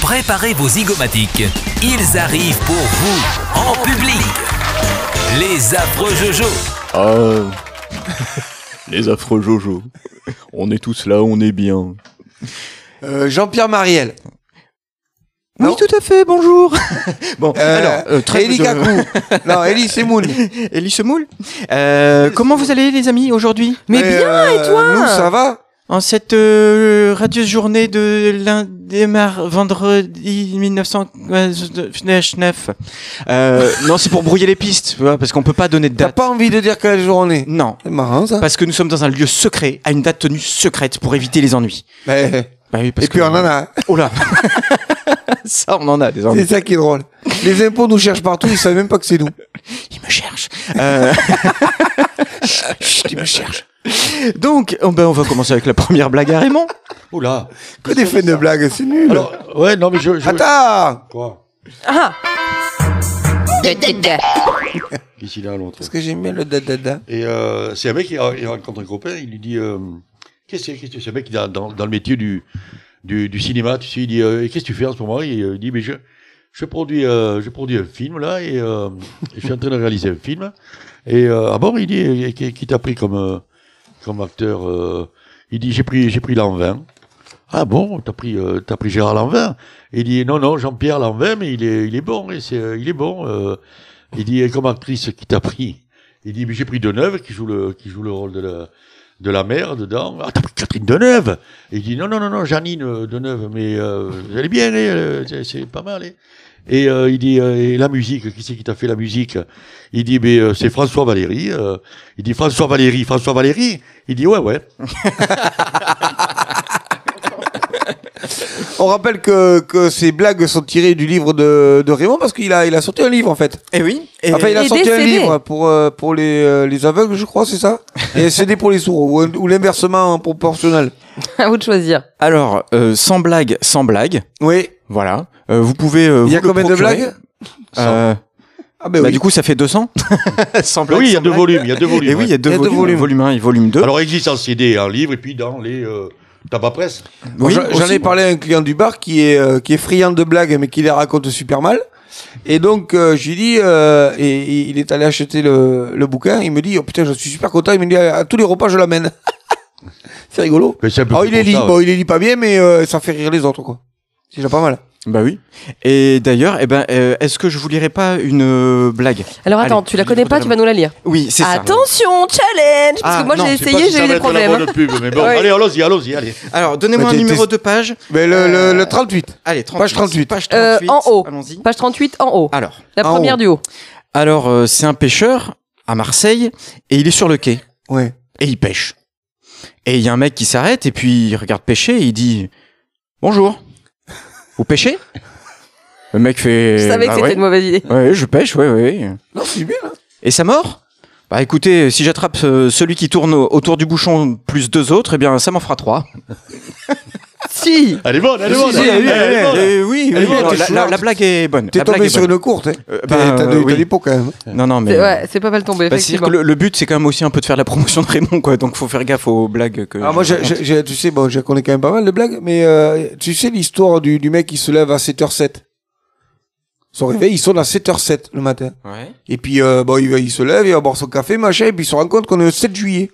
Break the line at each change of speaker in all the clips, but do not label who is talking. Préparez vos zygomatiques. Ils arrivent pour vous, en public. Les affreux Jojo.
Ah, les affreux Jojo. On est tous là, on est bien.
Euh, Jean-Pierre Mariel.
Oui,
Non.
tout à fait, bonjour. bon,
Euh,
alors, euh, très
Eli
je-
Kaku. non, Eli Semoun.
Elie Semoule. Euh, comment vous allez, les amis, aujourd'hui
Mais bien,
et toi Euh, Nous, ça va
En cette euh, radieuse journée de lundi, mar- vendredi 1999. Euh, non, c'est pour brouiller les pistes, tu vois, parce qu'on peut pas donner de
T'as
date.
pas envie de dire quelle journée
Non,
C'est marrant, ça.
parce que nous sommes dans un lieu secret, à une date tenue secrète, pour éviter les ennuis.
Mais-
Bah oui, parce
Eh, Et puis,
que-
on en a.
Oh là Ça, on en a des ennuis.
C'est ça qui est drôle. Les impôts nous cherchent partout, ils savent même pas que c'est nous.
Il me cherche. Euh,
Chut, ils me cherchent.
donc, oh, ben, on va commencer avec la première blague à Raymond.
Oula.
Que des faits de blagues, c'est nul.
Alors, ouais, non, mais je. je...
Attends
Quoi
Ah
Qu'est-ce qu'il a, l'autre
Parce que j'aime bien le da-da-da.
Et euh, c'est un mec, qui il rencontre un copain, il lui dit euh, Qu'est-ce que c'est qu'est-ce que c'est C'est un mec qui est dans, dans- dans le métier du, du, du cinéma, tu sais, il dit euh, Et Qu'est-ce que tu fais en ce moment Et, euh, Il dit Mais je, je, produis, euh, je produis un film, là, et euh, je suis en train de réaliser un film. Et euh, ah bon, il dit Et Qui, qui t'a pris comme, euh, comme acteur euh, Il dit J'ai pris, j'ai pris Lanvin. Ah bon, t'as pris, euh, t'as pris Gérard Lanvin Et Il dit Non, non, Jean-Pierre Lanvin, mais il est, il est bon, et c'est, euh, il est bon. euh. il dit Et Comme actrice qui t'a pris il dit, mais j'ai pris Deneuve qui joue le, qui joue le rôle de la, de la mère dedans. Ah, t'as pris Catherine Deneuve Il dit, non, non, non, non, Janine euh, Deneuve, mais euh, elle est bien, elle, euh, c'est- c'est pas mal. elle. Et euh, il dit, euh, et la musique, qui c'est qui t'a fait la musique Il dit, mais euh, c'est François Valéry. euh. il dit, François Valéry, François Valéry Il dit, ouais, ouais.
On rappelle que, que ces blagues sont tirées du livre de, de Raymond parce qu'il a, il a sorti un livre en fait.
Eh oui. Et...
enfin, il a
et
sorti un
décédé.
livre pour, euh, pour les, euh, les aveugles, je crois, c'est ça Et CD pour les sourds, ou, ou l'inversement en proportionnel.
À vous de choisir.
Alors, euh, sans blague, sans blague.
Oui.
Voilà. Euh, vous pouvez. euh,
Il y
vous
a
le
combien de
procurer.
blagues
Euh,
Ah, ben
bah,
oui.
Du coup, ça fait 200. sans blague,
oui, il y a
sans
deux
blague.
volumes, Eh il y a deux volumes.
Et oui, il y a deux
Eh Il y a deux
volumes.
volumes.
Volume 1 et volume 2.
Alors, il existe en CD, en hein, livre, et puis dans les euh, tabac presse.
Bon, j'en- J'en ai parlé à un client du bar qui est, euh, qui est friand de blagues, mais qui les raconte super mal. Et donc, euh, je lui dis, euh, et, et il est allé acheter le, le bouquin, il me dit, oh putain, je suis super content, il me dit, à, à tous les repas, je l'amène. c'est
Mais
rigolo.
Eh ben, c'est un peu
Alors,
fait
Oh, il les
pour
lit,
ça, ouais.
bon, il les lit pas bien, mais euh, ça fait rire les autres, quoi. C'est déjà pas mal.
Bah oui. Et d'ailleurs, eh ben, euh, est-ce que je vous lirai pas une euh, blague
Alors attends, Ah,
Allez,
tu la
je
connais
vous
pas,
donne-
tu vas nous la lire.
Oui, c'est ça.
Attention, challenge Parce
Ah,
que moi
non,
j'ai
je
Je sais pas
essayé,
si
j'ai
ça va
eu des
être la
problèmes.
bonne pub, mais bon,
Ouais.
allez, allons-y, allons-y, allez.
Alors, donnez-moi
Bah,
un
t'es-
numéro
t'es-
de page.
Mais le,
Euh,
le, le 38.
Allez, 38.
Page 38.
Page
Euh,
38.
en haut.
Allons-y.
Page 38 en haut.
Alors,
La
en
première
haut.
du haut.
alors euh, c'est un pêcheur à Marseille et il est sur le quai.
Ouais.
et il pêche. Et il y a un mec qui s'arrête et puis il regarde pêcher et il dit Bonjour, vous pêchez Le mec fait
Je savais que
Bah
c'était
ouais.
une mauvaise idée.
Ouais, je pêche, ouais, ouais.
Non, c'est bien, hein. là.
Et ça mord Bah écoutez, si j'attrape euh, celui qui tourne au- autour du bouchon plus deux autres, eh bien ça m'en fera trois.
Si
Elle est bonne, elle est bonne.
si, elle est
elle est
bien,
bonne.
Eh oui,
Elle est
oui,
bien,
la-
t'es
la,
soulard.
la blague est bonne.
T'es
la blague
tombé
est
sur
bonne.
une courte, hein.
Euh,
T'as
bah,
t'as de,
euh,
t'as
oui.
des pots, quand même.
Non, non, mais.
C'est- Ouais, c'est pas mal tombé,
Bah, C'est-à-dire
effectivement.
que le, le but, c'est quand même aussi un peu de faire la promotion de Raymond, quoi. Donc, faut faire gaffe aux blagues que.
Ah, moi, j'ai- j'ai- j'ai- tu sais, bon, je connais quand même pas mal de blagues, mais euh, tu sais l'histoire du, du mec qui se lève à 7h07. Son réveil, il sonne à 7h07 le matin.
Ouais.
Et puis, euh, bon, il, va- il se lève, il va boire son café, machin, et puis il se rend compte qu'on est le 7 juillet.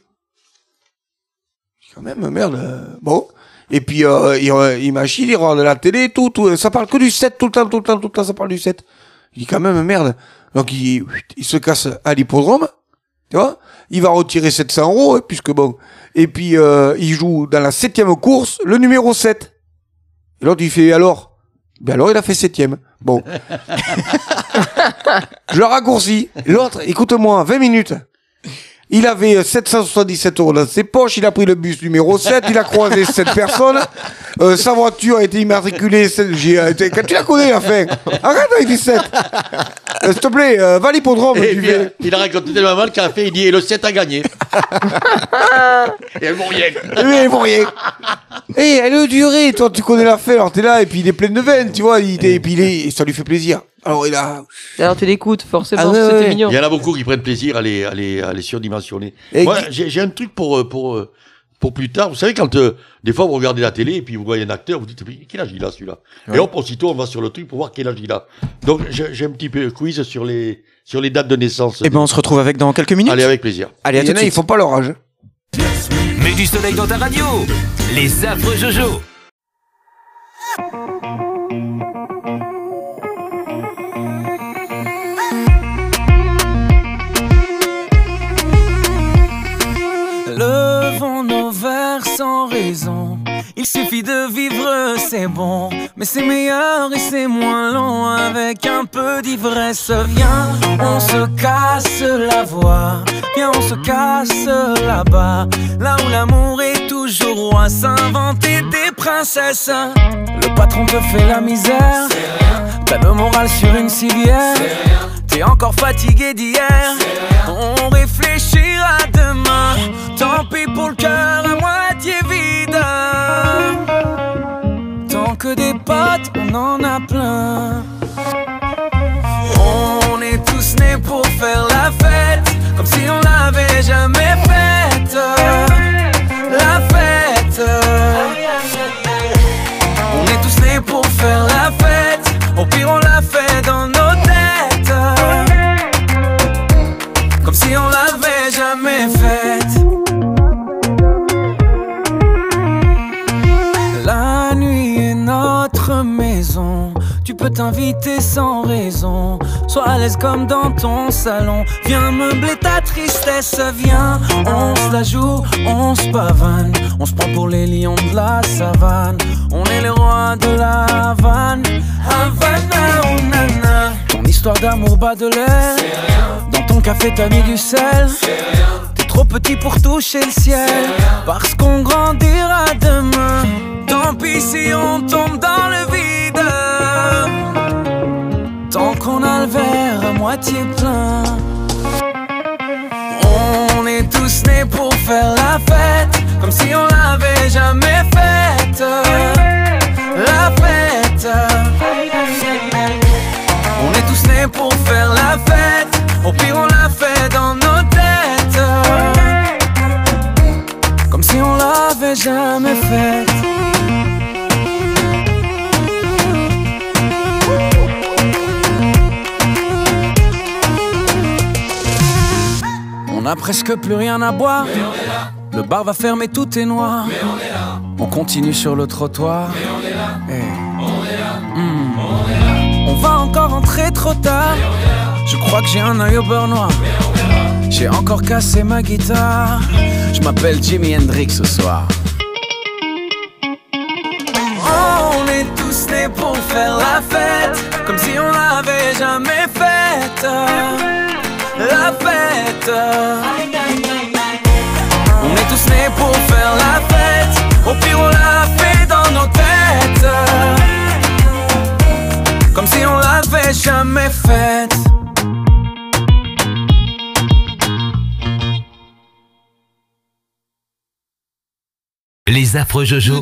Quand même, merde. euh, bon. Et puis, euh, il, re- il machine, il regarde la télé, tout, tout. euh, Ça parle que du 7, tout le temps, tout le temps, tout le temps, ça parle du 7. Il dit quand même, merde. Donc, il, il se casse à l'hippodrome. Tu vois Il va retirer 700 euros, hein, puisque bon. Et puis, euh, il joue dans la septième course, le numéro 7. Et l'autre, il fait alors Ben alors, il a fait septième. Bon. Je le raccourcis. L'autre, écoute-moi, 20 minutes. Il avait euh, 777 euros dans ses poches, il a pris le bus numéro 7, il a croisé cette personne, euh, sa voiture a été immatriculée, sept- j'ai, euh, été- tu la connais la fin Arrête avec les 7 Euh, S'il te plaît, euh, va à l'hippodrome,
Et
tu
puis,
fais-
il a raconté tellement mal qu'à la fin, il dit Et le 7 a gagné. et elles vont rien.
Mais bon, rien. Eh, elle est durée, toi, tu connais la fin, alors t'es là, et puis il est plein de veines, tu vois, il, est- et puis il est, et ça lui fait plaisir. Alors il a...
Alors tu l'écoutes, forcément,
Ah ouais,
c'était
ouais.
mignon.
Il y en a beaucoup qui prennent plaisir à les, à les, à les surdimensionner.
Et
Moi,
qui-
j'ai j'ai un truc pour, euh, pour, euh, pour plus tard. Vous savez, quand euh, des fois vous regardez la télé et puis vous voyez un acteur, vous dites Mais quel âge il a celui-là
Ouais.
Et hop, aussitôt on va sur le truc pour voir quel âge il a. Donc j'ai j'ai un petit peu quiz sur les, sur les dates de naissance.
Eh ben, on se retrouve avec dans quelques minutes.
Allez, avec plaisir.
Allez, à
Il y
tout
en
de
a, ils
suite.
font pas leur âge.
Mets du soleil dans ta radio. Les affreux Jojo.
Levons nos verres sans raison. Il suffit de vivre, c'est bon. Mais c'est meilleur et c'est moins long. Avec un peu d'ivresse, viens, on se casse la voix. Viens, on se casse là-bas. Là où l'amour est toujours roi. S'inventer des princesses. Le patron te fait la misère. T'as le moral sur une civière. T'es encore fatigué d'hier. On réfléchira demain. Tant pis pour le cœur à moitié vide. Tant que des potes, on en a plein. On est tous nés pour faire la fête, comme si on l'avait jamais faite. La fête. On est tous nés pour faire la fête, au pire on la fait dans nos têtes. Comme si on l'avait jamais faite. La nuit est notre maison. Tu peux t'inviter sans raison. Sois à l'aise comme dans ton salon. Viens meubler ta tristesse. Viens, on se la joue, on se pavane. On se prend pour les lions de la savane. On est les rois de la Havane. Havana, oh nana. Ton histoire d'amour bas de l'air. Dans ton café, t'as mis du sel. T'es trop petit pour toucher le ciel. Parce qu'on grandira demain. Tant pis si on tombe dans le vide. Tant qu'on a le verre à moitié plein. On est tous nés pour faire la fête. Comme si on l'avait jamais faite. La fête. On est tous nés pour faire la fête. Au pire, on la fait dans nos têtes. Comme si on l'avait jamais faite. On a presque plus rien à boire. Le bar va fermer, tout est noir. on continue sur le trottoir. Hey. Hmm. On va encore entrer trop tard. Je crois que j'ai un œil au beurre noir. J'ai encore cassé ma guitare. Je m'appelle Jimi Hendrix ce soir. On est tous nés pour faire la fête, comme si on l'avait jamais faite. La fête. On est tous nés pour faire la fête, au pire on la fait dans nos têtes. Comme si on l'avait jamais faite.
Les affreux Jojo.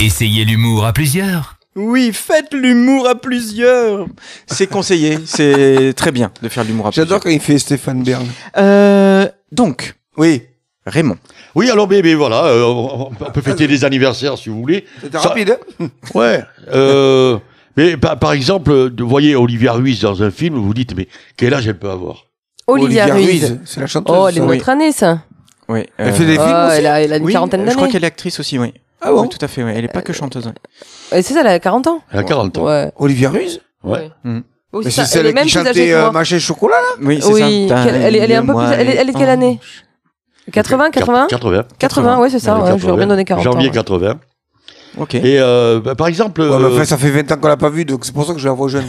Essayez l'humour à plusieurs.
Oui, faites l'humour à plusieurs. C'est conseillé, c'est très bien de faire de l'humour à
J'adore
plusieurs.
quand il fait Stéphane Bern.
Euh, donc,
Oui.
Raymond.
Oui, alors bébé, voilà, euh, on, on peut fêter des anniversaires si vous voulez.
C'était
Ça-
rapide. hein
Ouais. Euh, mais par, par exemple, euh, vous voyez Olivia Ruiz dans un film, vous vous dites, mais quel âge elle peut avoir
Olivia, Ruiz.
C'est la chanteuse.
Oh, elle est
ça.
de notre année, ça.
Oui.
Elle fait des films
Ah,
aussi
elle, a, elle a une
Euh, oui,
quarantaine
Je crois
d'années.
qu'elle est actrice aussi, oui.
Ah bon
Oui, tout à fait, oui. Elle est pas que chanteuse. oui.
Ouais, C'est ça, elle a 40 ans.
Elle a 40 ans.
Ouais.
Olivia Ruiz
Ouais.
Mm.
Oui,
Mais
ça,
c'est celle qui chantait euh, Machin et Chocolat, là
Oui, c'est
Oui,
ça.
quelle- elle est- elle est un peu
Taille-moi
plus- elle est- elle est de quelle
les
année
hanches.
80, 80
80.
80, ouais, c'est ça.
Elle est
ouais, je lui ai bien donné 40 ans.
Janvier
ouais.
80.
Ok.
Et euh, bah, par exemple.
Ouais, mais
euh,
enfin, ça fait 20 ans qu'on l'a pas vue, donc c'est pour ça que je la Ah, vois jeune.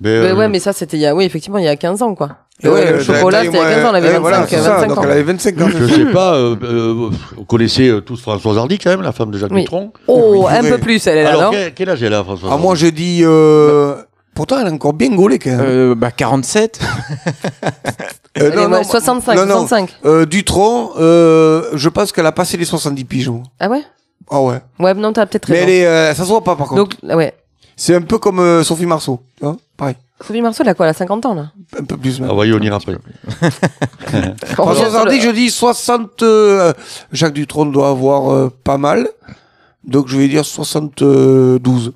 mais,
Ouais,
euh,
ouais, mais ça, c'était il y a, oui, effectivement, il y a 15 ans, quoi.
Et
Le-
ouais,
le
euh,
chocolat,
taille,
c'était il y a
moi,
15 ans, elle avait
euh,
25,
voilà, c'est ça,
25
donc
ans.
elle avait 25 ans.
Je sais pas, euh, euh, vous connaissez euh, tous Françoise Hardy quand même, la femme de Jacques
Oui.
Dutronc.
Oh,
Oui,
un
oui.
peu plus, elle est là,
Alors,
non
quel, quel âge elle a, Françoise
Ah, moi, je dis. euh, Pourtant, elle est encore bien gaulée, quand même.
Euh, bah 47.
Euh,
Elle est mo- 65,
non, non.
65.
Euh, Dutron, euh, je pense qu'elle a passé les 70 pigeons.
Ah ouais
Ah ouais.
Ouais, non, t'as peut-être
Mais euh,
raison.
elle est, euh, ça se voit pas, par contre.
Donc, ah ouais.
C'est un peu comme euh, Sophie Marceau. tu vois pareil.
Sophie Marceau, elle a quoi Elle a 50 ans, là
Un peu plus même.
Ah, voyez, on ira après.
On
En
revient sur le-
70, je dis 60. euh, Jacques Dutronc doit avoir euh, pas mal. Donc je vais dire 72.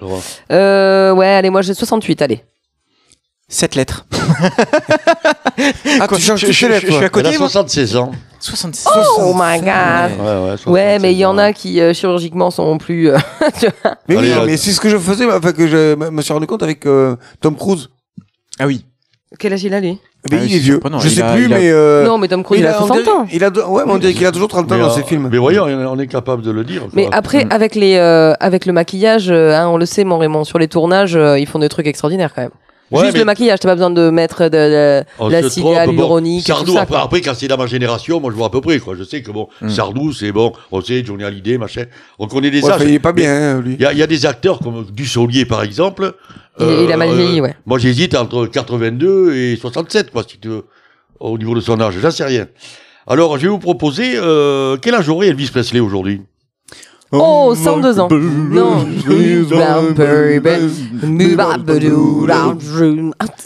Laurent.
Euh, ouais, allez, moi j'ai 68, allez.
Sept lettres.
Ah,
Quoi,
tu changes
je-
tes
je-
lettres,
je- je suis
toi.
à
Elle a
côté, moi.
76 ans.
66.
Oh my god.
Ouais, ouais, 76
Ouais, mais il y en
ans.
a qui euh, chirurgicalement sont plus. euh,
Mais oui,
Allez,
non,
euh,
mais c'est ce que je faisais, mais enfin, que je me me suis rendu compte avec euh, Tom Cruise.
Ah oui.
Quel âge il a lui
Mais
Ah
il
oui,
est
c'est
vieux.
surprenant.
Je
Il
sais
a-
plus,
il a-
mais. euh,
Non, mais Tom Cruise, il a
on
60
dirait-
ans.
Il a, de- ouais, mais on dirait qu'il a toujours 30 ans
Mais,
dans
euh,
ses films.
Mais voyons, on est capable de le dire. quoi.
Mais après,
Mm.
avec les, euh, avec le maquillage, euh, hein, on le sait, mon Raymond, sur les tournages, euh, ils font des trucs extraordinaires quand même.
Ouais,
Juste
mais
le maquillage, t'as pas besoin de mettre de, de-
on se
la
Oh, trompe,
cigale,
bon,
l'uronique,
Sardou,
tout ça.
après,
quoi.
après, quand c'est dans ma génération, moi je vois à peu près. Quoi. Je sais que bon,
Hmm.
Sardou, c'est bon, on sait, Johnny Hallyday, machin. On connaît des
Ouais,
âges.
enfin, il est pas bien, hein, lui.
Il y, a- il y a des acteurs comme Dussolier, par exemple. Euh,
Il- il a mal vieilli, ouais.
Moi, j'hésite entre 82 et 67, quoi, si tu veux, au niveau de son âge. J'en sais rien. Alors, je vais vous proposer, euh, quel âge aurait Elvis Presley aujourd'hui
Oh, 102 ans. Non. Donc
Je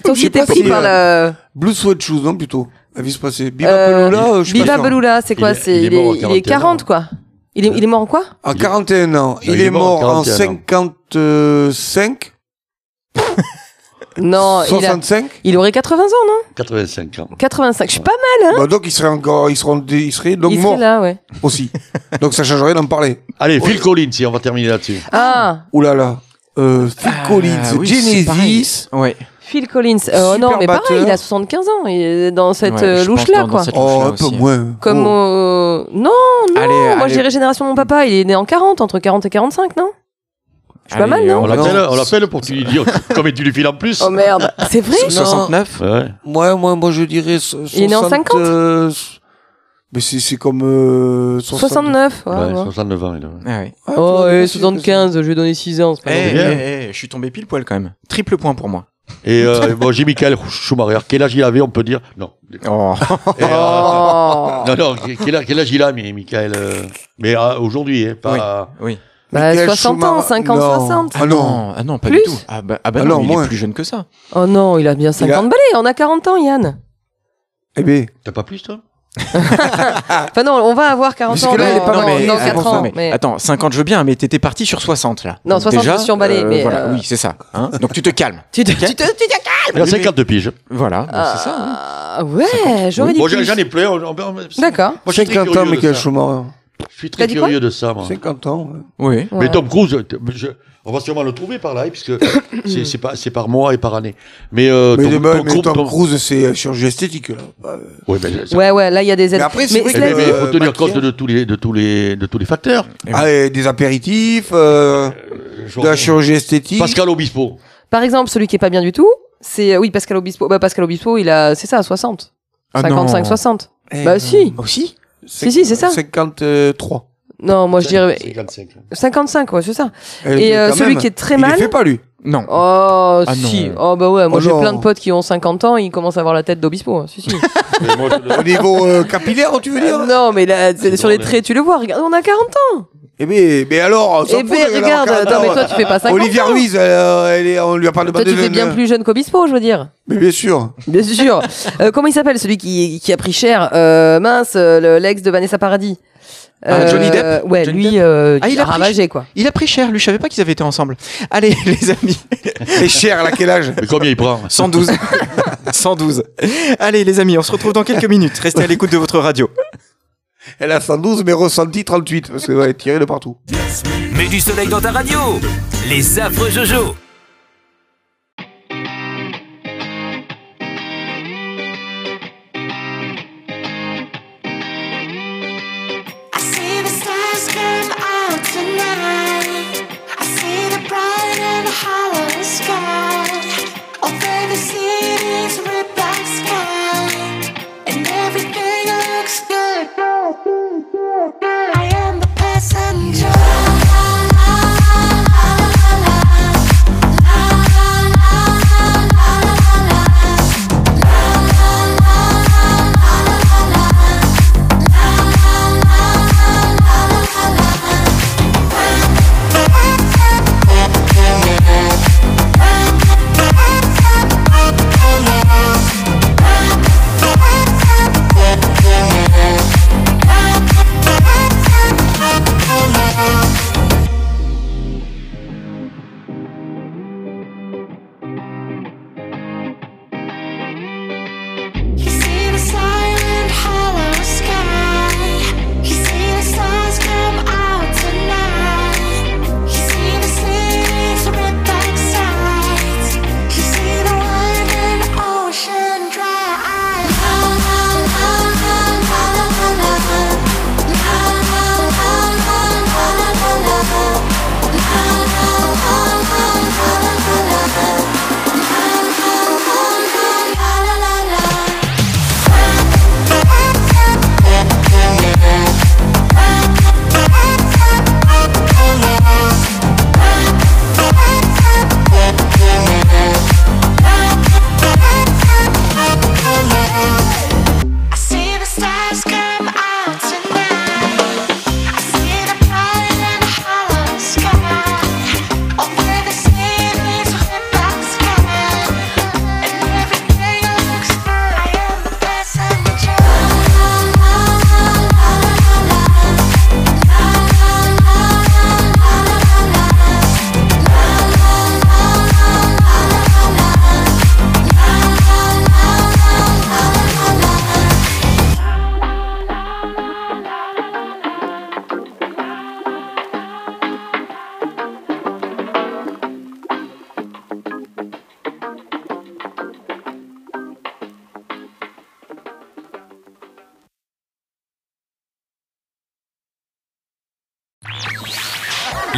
sais
j'étais
pas
pris
si, euh,
par le.
Blue Sweat Shoes, non, plutôt. Elvis Presley. Biba
euh,
Peloula, euh, je suis pas
Viva
sûr.
Belula, c'est quoi
Il est-
C'est
il est
il, est-
mort à
il
41
est
hein.
40 quoi. Il est, il est mort en quoi
En 41 ans. Il, est mort, en
41 ans. hein.
55,
Non, il, a-
65.
il aurait 80 ans, non
85 ans.
85. Je suis pas mal. hein.
Bah, donc, il serait encore, il serait, il serait donc
il serait
mort
là, ouais.
aussi. donc, ça changerait d'en parler.
Allez, Phil Collins, si on va terminer là-dessus.
Ah,
Ouh là là. Euh, Phil
Ah,
Collins,
oui, c'est pareil.
Genesis.
Ouais.
Phil Collins. Euh,
Super
non, mais pareil,
batteur.
il a 75 ans. Il est dans cette
Ouais,
euh,
je pense
louche-là,
dans-
quoi.
dans cette
Oh,
louche-là
un peu
aussi.
moins.
Comme
Oh.
euh, non, non.
Allez,
moi,
allez.
je dirais génération mon papa. Il est né en 40, entre 40 et 45, non Je suis pas
Allez,
mal, non
On
va-
l'appelle, on l'appelle pour tu lui dire combien tu lui files en plus.
Oh merde, c'est vrai.
69.
Ouais.
Moi, moi, moi, je dirais. so-
Il est né en
60, euh, mais c'est, c'est comme. Euh, 60.
69. ouais,
Ouais,
ouais.
69 ans, il a.
Ah ouais.
Ah,
Oh,
toi,
et
je sais pas
75, je lui ai donné 6 ans. c'est pas
Eh,
grave.
c'est bien.
eh, eh, je suis tombé pile poil quand même. Triple point pour moi.
Et euh, bon, j'ai Michael Schumacher. Quel âge il avait, on peut dire Non.
Oh.
Et, euh,
Oh.
non, non, quel âge, quel âge il a, mais Michael euh, Mais euh, aujourd'hui, hein, pas.
Oui.
Bah,
Michael
60 ans,
Schumacher.
50,
Non.
60.
Ah non.
ah non, pas
Plus
du tout. Ah bah, ah bah
Ah
non,
non,
mais il
moins.
est plus jeune que ça.
Oh non, il a bien 50
a-
balais. On a 40 ans, Yann.
Eh bien.
T'as pas plus, toi
Enfin non, on va avoir 40 ans
Puisque Ah. là, il est
dans-
pas Ah,
dans,
mal.
mais,
dans
attends,
4 ans.
non, mais-
mais-
Attends, 50 je veux bien, mais t'étais parti sur 60 là.
Non,
Donc
60,
déjà,
je suis emballée, mais,
voilà,
euh,
Oui, c'est ça. hein. Donc tu te calmes.
Tu te,
Ok.
tu te, tu te
Il a 52 piges.
Voilà, bah, c'est ça. hein.
Ah, Ouais, j'aurais dit.
Bon, j'en
plus.
j'en ai plein. on- on- on- moi,
D'accord.
je suis très
50 ans,
curieux de
Michael
ça.
Schumacher.
Je suis
T'as
très
dit quoi
curieux de ça, moi.
50 ans. ouais.
Oui.
Ouais.
Mais Tom Cruise, t- je- on va sûrement le trouver par là, hein, puisque c'est c'est pas- c'est par mois et par année. Mais, euh,
Mais,
Tom,
les mecs,
Tom
mais
Cruise-
Tom
Tom-
Cruise, c'est euh, chirurgie esthétique, là. Bah, euh,
Ouais, mais, ça-
Ouais, ouais, là, il y a des aides.
Mais après, c'est vrai
Eh
que-
ben, mais
Euh,
faut tenir compte
maquillage.
de tous les, de tous les, de tous les facteurs.
Et
ah, et des apéritifs, euh, de la chirurgie esthétique.
Pascal Obispo.
Par exemple, celui qui est pas bien du tout, c'est. Oui, Pascal Obispo. Bah, Pascal Obispo, il a. C'est ça, 60.
Ah non.
55, 60.
Eh,
bah,
euh,
si.
Aussi
Si, si, c'est ça.
53.
Non, moi, je dirais.
55.
55, ouais, c'est ça. Et euh,
Eh, quand
celui
même,
qui est très
il les
mal.
fait pas, lui.
Non.
Oh,
Ah,
si.
non.
Oh, bah ouais, moi,
Oh,
j'ai
non.
plein de potes qui ont 50 ans, ils commencent à avoir la tête d'Obispo. hein. Si, si.
Mais moi, je le-
Au niveau euh, capillaire, tu veux dire
Ah, non, mais là, c'est-
C'est
sur les
drôle,
traits, tu le vois. Regarde, on a 40 ans.
Eh ben, mais alors,
Eh ben, regarde. Non, mais toi, tu fais pas 50
Olivier
ans.
Ruiz, euh, elle est- on lui a pas
Toi,
demandé
tu fais bien plus jeune qu'Obispo, je veux dire.
Mais bien sûr.
Bien sûr. Euh, comment il s'appelle celui qui, qui a pris cher euh, Mince, euh, le- l'ex de Vanessa Paradis. Euh,
Ah, Johnny Depp
Ouais,
Johnny
lui,
Depp.
euh,
Ah,
il
il
a
a pris
ravagé quoi.
Il a pris cher, lui, je savais pas qu'ils avaient été ensemble. Allez, les amis,
Et cher, à quel âge
Mais combien il prend
112. 112. Allez, les amis, on se retrouve dans quelques minutes. Restez à l'écoute de votre radio.
Elle a 112, mais ressenti 38, parce qu'elle est tirée de partout.
Mets du soleil dans ta radio. Les affreux Jojo.
I see the stars come out tonight. I see the bright and hollow sky. Oh, Over the city's red black sky. And everything looks good. I am the passenger.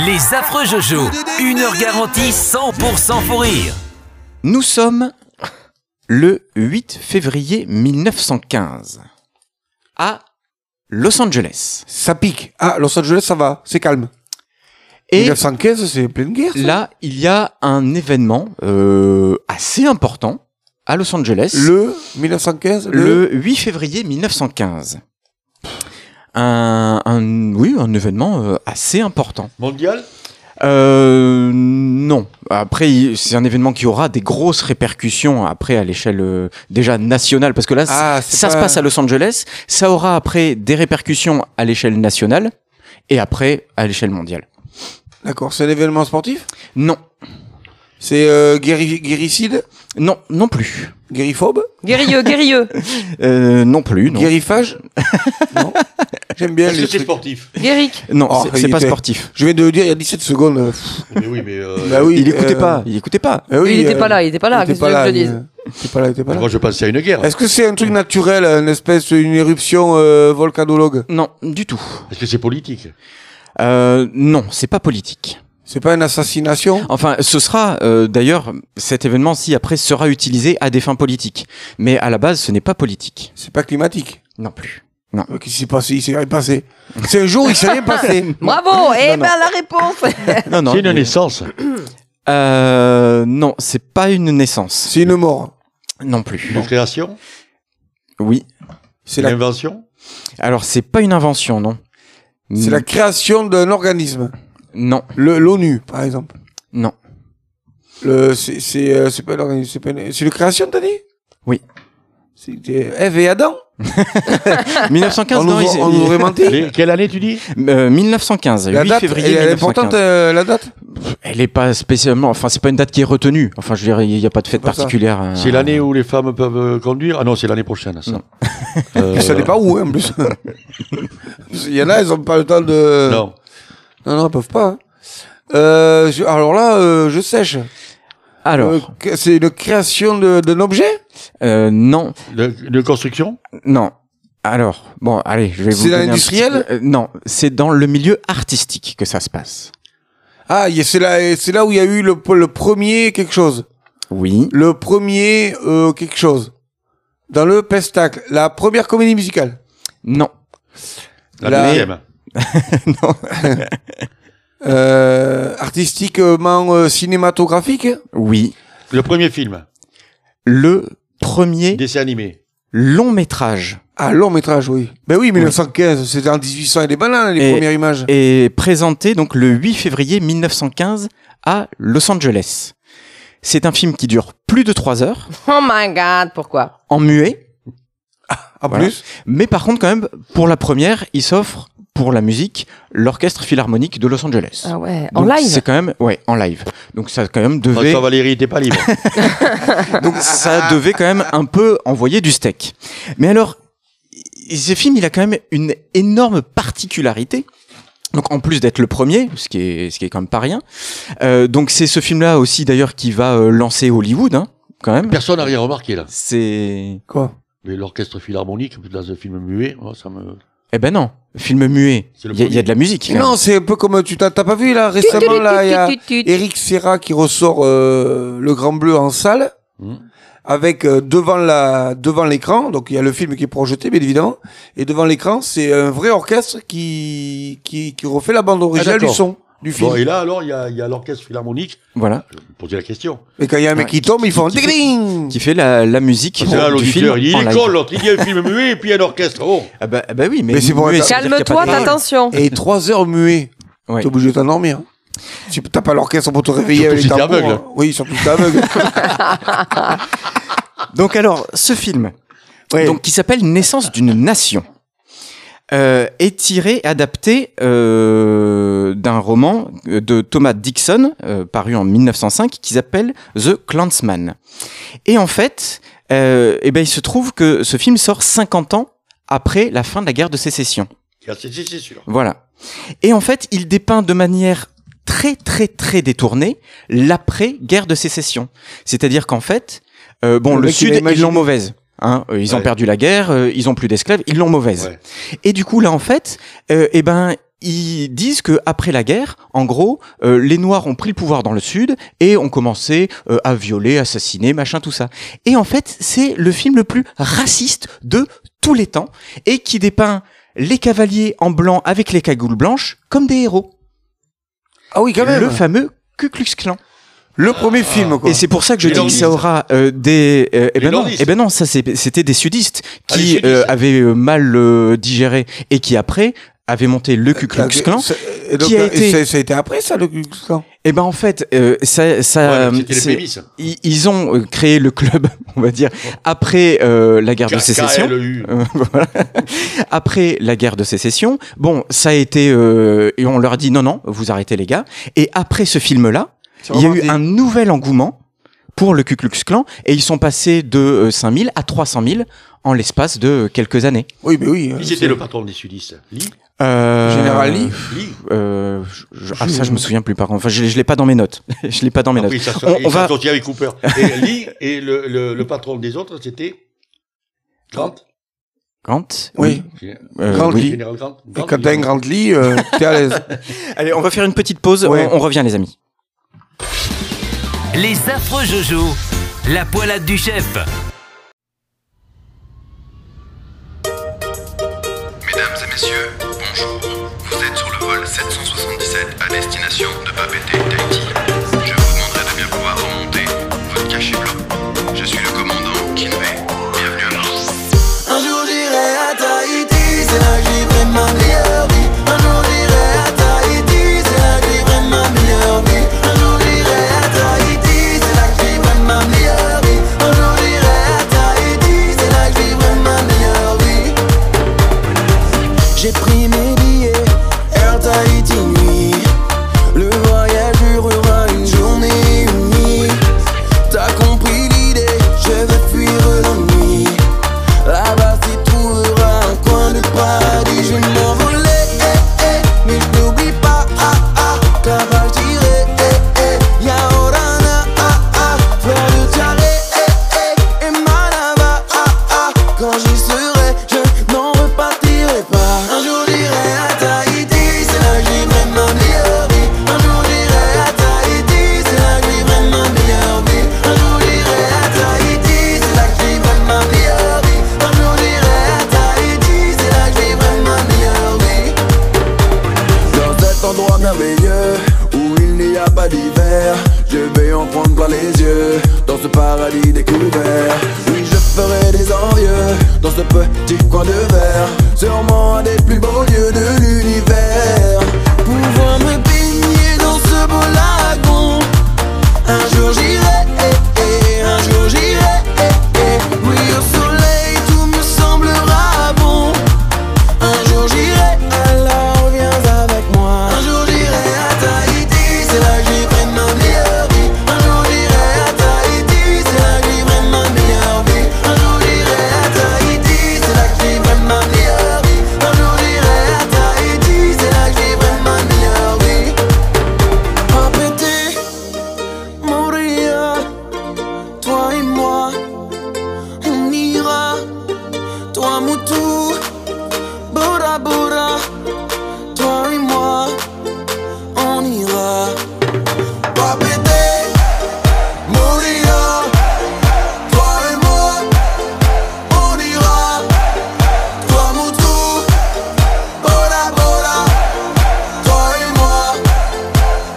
Les affreux Jojo. Une heure garantie 100% pour rire.
Nous sommes le 8 février 1915 à Los Angeles.
Ça pique. Ah, Los Angeles, ça va. C'est calme.
Et
1915, c'est pleine guerre. ça.
là, il y a un événement euh, assez important à Los Angeles.
Le 1915, le.
le 8 février 1915. Un, un- oui, un événement euh, assez important.
Mondial
Euh, non. Après, il- c'est un événement qui aura des grosses répercussions après à l'échelle euh, déjà nationale, parce que là,
Ah, c'est
ça se
pas-
passe à Los Angeles. Ça aura après des répercussions à l'échelle nationale et après à l'échelle mondiale.
D'accord, c'est un événement sportif
Non,
C'est euh, guéri- guéricide
non, non plus,
Guériphobe
Guérilleux, guérilleux,
Euh, non plus, non,
Guérifage Non. J'aime bien
Est-ce que
les
c'est
trucs.
sportif
guéric.
non,
Oh,
c'est- c'est
il
pas
était-
sportif.
Je viens de le dire il y a 17 secondes. euh, pff,
Mais oui, mais. euh,
Bah oui.
il écoutait
euh,
pas, il écoutait pas.
bah oui,
il était
euh,
pas là, il était pas là.
il était
Qu'est-ce que
pas
tu veux
là.
que je te
Il
dise
il était pas là, il était pas là.
Moi, je pensais à une guerre.
Est-ce que c'est un truc naturel, une espèce, une éruption euh, volcanologue
Non, du tout.
Est-ce que c'est politique
Euh, non, c'est pas politique.
C'est pas une assassination
Enfin, ce sera euh, d'ailleurs cet événement-ci après sera utilisé à des fins politiques, mais à la base, ce n'est pas politique
C'est pas climatique
non plus.
Euh, Qu'est-ce qui s'est passé Il s'est rien passé. C'est un jour, il s'est rien passé.
Bravo Eh
non.
ben la réponse
Non, non.
C'est une
mais-
naissance.
Euh, non, c'est pas une naissance
C'est une mort.
non plus.
Une création
Oui.
C'est
Une
la,
invention
Alors, c'est pas une invention, non.
c'est la création d'un organisme.
Non,
Le- L'ONU, par exemple.
non.
Le, c'est, c'est, euh, c'est pas un organisme, c'est pas une, c'est une création, t'as dit
Oui.
C'était Ève et Adam
1915.
On
non,
nous,
il-
on nous aurait menti
Les- Quelle année tu dis
euh, 1915.
La
8
date,
février
elle, elle est
1915.
importante, euh, la date
Elle est pas spécialement. Enfin, c'est pas une date qui est retenue. Enfin, je dirais, il n'y a pas de fête
pas ça.
particulière. euh,
C'est l'année où les femmes peuvent euh, conduire Ah non, c'est l'année prochaine, ça.
Non.
Euh,
Mais ça n'est pas où, hein, en plus. Il y en a, ils ont pas le temps de...
Non.
Non, non, ils peuvent pas. hein. Euh, je- alors là, euh, je sèche. Euh,
Alors,
que- c'est une création de- d'un objet
euh, non,
De, de construction
Non. Alors, bon, allez, je vais vous.
C'est
donner un
l'industriel
petit- euh, Non, c'est dans le milieu artistique que ça se passe.
Ah, il y a- c'est là, c'est là où il y a eu le, le premier quelque chose.
Oui.
Le premier euh, quelque chose. Dans le pestacle. La première comédie musicale.
Non.
La,
La-
deuxième.
Euh, artistiquement euh, cinématographique.
Oui.
Le premier film,
Le premier
dessin animé.
long métrage
Ah, long métrage, oui. Ben oui, 1915, c'était en 1800 et des bananes, les
Et-
premières images.
est présenté donc le 8 février 1915 à Los Angeles. C'est un film qui dure plus de trois heures,
Oh my god, pourquoi
en muet,
Ah, En
voilà.
plus,
mais par contre, quand même, pour la première, il s'offre pour la musique l'Orchestre Philharmonique de Los Angeles.
Ah ouais, en
Donc,
live
C'est quand même, ouais, en live. Donc ça quand même devait.
François Valéry était pas libre.
Donc ça devait quand même un peu envoyer du steak. Mais alors, i- ce film, il a quand même une énorme particularité. Donc en plus d'être le premier, ce qui est ce qui est quand même pas rien. Euh, donc c'est ce film-là aussi d'ailleurs qui va euh, lancer Hollywood, hein, quand même.
Personne n'a rien remarqué là.
C'est
quoi
Mais l'orchestre philharmonique dans un film muet, oh, ça me.
eh ben non, film muet.
C'est le
Il y, a- il y a de la musique. hein. quand
Non, c'est un peu comme tu t'as t'as pas vu là récemment là, il y a Eric Serra qui ressort euh, Le Grand Bleu en salle
Hmm.
avec euh, devant la devant l'écran, donc il y a le film qui est projeté bien évidemment et devant l'écran, c'est un vrai orchestre qui qui, qui refait la bande originale du
Ah, d'accord.
son du film.
Bon, et là alors, il y a, il y a l'orchestre philharmonique.
même. Voilà,
Je vais vous poser la question.
Et quand il y a un mec
Ouais,
qui tombe, ils font
qui-
ding
qui fait la, la musique
C'est là
Oh, du
l'auditeur,
film.
il
en
est
live.
con l'autre, il dit un film muet et puis un orchestre. Oh,
Ah bah, ah bah oui, mais,
Mais c'est pour
muet,
être-
ça veut dire
Calme-toi,
qu'il y a pas de parole.
t'attention
et trois heures muet.
Ouais.
T'es obligé de t'endormir. Si t'as pas l'orchestre pour te réveiller
Surtout
avec les
si t'es
tambours,
aveugle.
hein. Oui, surtout si t'es aveugle.
Donc alors, ce film,
Ouais.
donc qui s'appelle Naissance d'une nation. Euh, est tiré, adapté euh, d'un roman euh, de Thomas Dixon, euh, paru en 1905, qui s'appelle The Clansman. Et en fait, euh, eh ben, il se trouve que ce film sort 50 ans après la fin de la guerre de sécession.
c'est c'est- c'est sûr.
Voilà. Et en fait, il dépeint de manière très très très détournée l'après-guerre de sécession. C'est-à-dire qu'en fait, euh, bon,
Le
le,
mec, il a
Sud, ils
imaginé-
l'ont mauvaise. Hein, Euh, ils ont
Ouais.
perdu la guerre, euh, ils ont plus d'esclaves, ils l'ont mauvaise.
Ouais.
Et du coup, là, en fait, euh, eh ben, ils disent que après la guerre, en gros, euh, les Noirs ont pris le pouvoir dans le Sud et ont commencé euh, à violer, assassiner, machin, tout ça. Et en fait, c'est le film le plus raciste de tous les temps et qui dépeint les cavaliers en blanc avec les cagoules blanches comme des héros.
Ah oui, quand même.
Le
Le,
fameux Ku Klux Klan.
premier film, quoi.
Et c'est pour ça que je
Ah. Les
dis
Lordistes.
que ça aura euh, des. euh, eh
Les
ben non,
Lordistes.
eh ben non, ça c'est- c'était des sudistes
Ah, les
qui
sudistes.
euh, avaient euh, mal euh, digéré et qui après avaient monté le Ku Klux Klan.
Ça- Et Ah, donc, euh,
qui a
et
été-
ça, ça a été après, ça, le Ku Klux Klan.
Eh ben en fait, euh, ça, ça,
Ouais, C'était les
c'est-
prémices.
ils, ils ont euh, créé le club, on va dire, après euh, la guerre de sécession.
KLEU.
Euh, voilà. Après la guerre de sécession, bon, ça a été euh, et on leur dit non non, vous arrêtez les gars. Et après ce film-là, il y a eu un nouvel engouement pour le Ku Klux Klan et ils sont passés de euh, 5000 à 300 000 en l'espace de euh, quelques années.
Oui, mais oui. euh,
Qui
c'est-
c'était le patron des sudistes Lee
Euh,
Général Lee
Lee
euh, je- je- ah, ça je me souviens plus par contre. Enfin je, l'ai- je l'ai pas dans mes notes. je l'ai pas dans mes notes.
Après, Ah ça
On- on va-
va sortir avec Cooper. Et Lee et le, le, le patron des autres, c'était Grant.
Grant.
Oui.
euh,
Grant
oui.
Lee.
Général Grant.
Et Captain Grant Lee, euh, t'es à l'aise.
Allez, on va faire une petite pause.
Ouais.
On- on revient les amis.
Les affreux Jojo, la poilade du chef.
Mesdames et messieurs, bonjour. Vous êtes sur le vol 777 à destination de Papeete, Tahiti. Je vous demanderai de bien pouvoir remonter votre cachet blanc. Je suis le commandant Kinvey. Bienvenue à bord.
Un jour j'irai à Tahiti, c'est là que j'ai vraiment meilleure vie. Un jour j'irai à Tahiti, c'est là que j'ai vraiment meilleure vie. Un jour j'irai à Tahiti, c'est là que j'ai vraiment meilleure vie. Un jour j'irai à Tahiti, c'est là que j'ai vraiment meilleure vie. J'ai pris mes billets, Air Tahiti nuit. Le voyage durera une journée, et une nuit. T'as compris l'idée, je veux fuir l'ennui. Là-bas, tu trouveras un coin de paradis. Je m'envolais, eh, eh, mais je n'oublie pas, ah, ah, que là-bas, j'irai, eh, eh, Yaorana, ah, ah, fleur de diarrhée, eh, eh, et Manava, ah, ah, quand j'y serai, je n'en repartirai pas. Un jour, j'irai à Tahiti, c'est là que j'ai vraiment meilleure vie. Un jour, j'irai à Tahiti, c'est là que j'ai vraiment meilleure vie. Un jour, j'irai à Tahiti, c'est là que j'ai vraiment meilleure vie. Un jour, j'irai à Tahiti, c'est là que j'ai vraiment meilleure vie. Dans cet endroit merveilleux où il n'y a pas d'hiver, je vais en prendre plein les yeux dans ce paradis découvert. Oui, je ferai des envieux dans ce petit coin de verre, sûrement un des plus beaux lieux de l'univers. Pouvoir me baigner dans ce beau lagon, un jour j'irai, eh, eh, un jour j'irai, eh, eh. oui, au soleil tout me semblera bon. Un jour j'irai, alors viens avec moi. Un jour j'irai à Tahiti, c'est là que j'ai vraiment meilleure vie. Un jour j'irai à Tahiti, c'est là que j'ai vraiment meilleure vie. Un jour j'irai à Tahiti, c'est là que j'ai vraiment meilleure vie. Un jour j'irai à Tahiti, c'est là que j'ai vraiment meilleure vie. Papété, Moria, toi et moi, on ira, toi Moutou. Bora Bora, toi et moi, on ira. Papete, Moria, toi et moi, on ira. Toi Moutou, Bora Bora, toi et moi,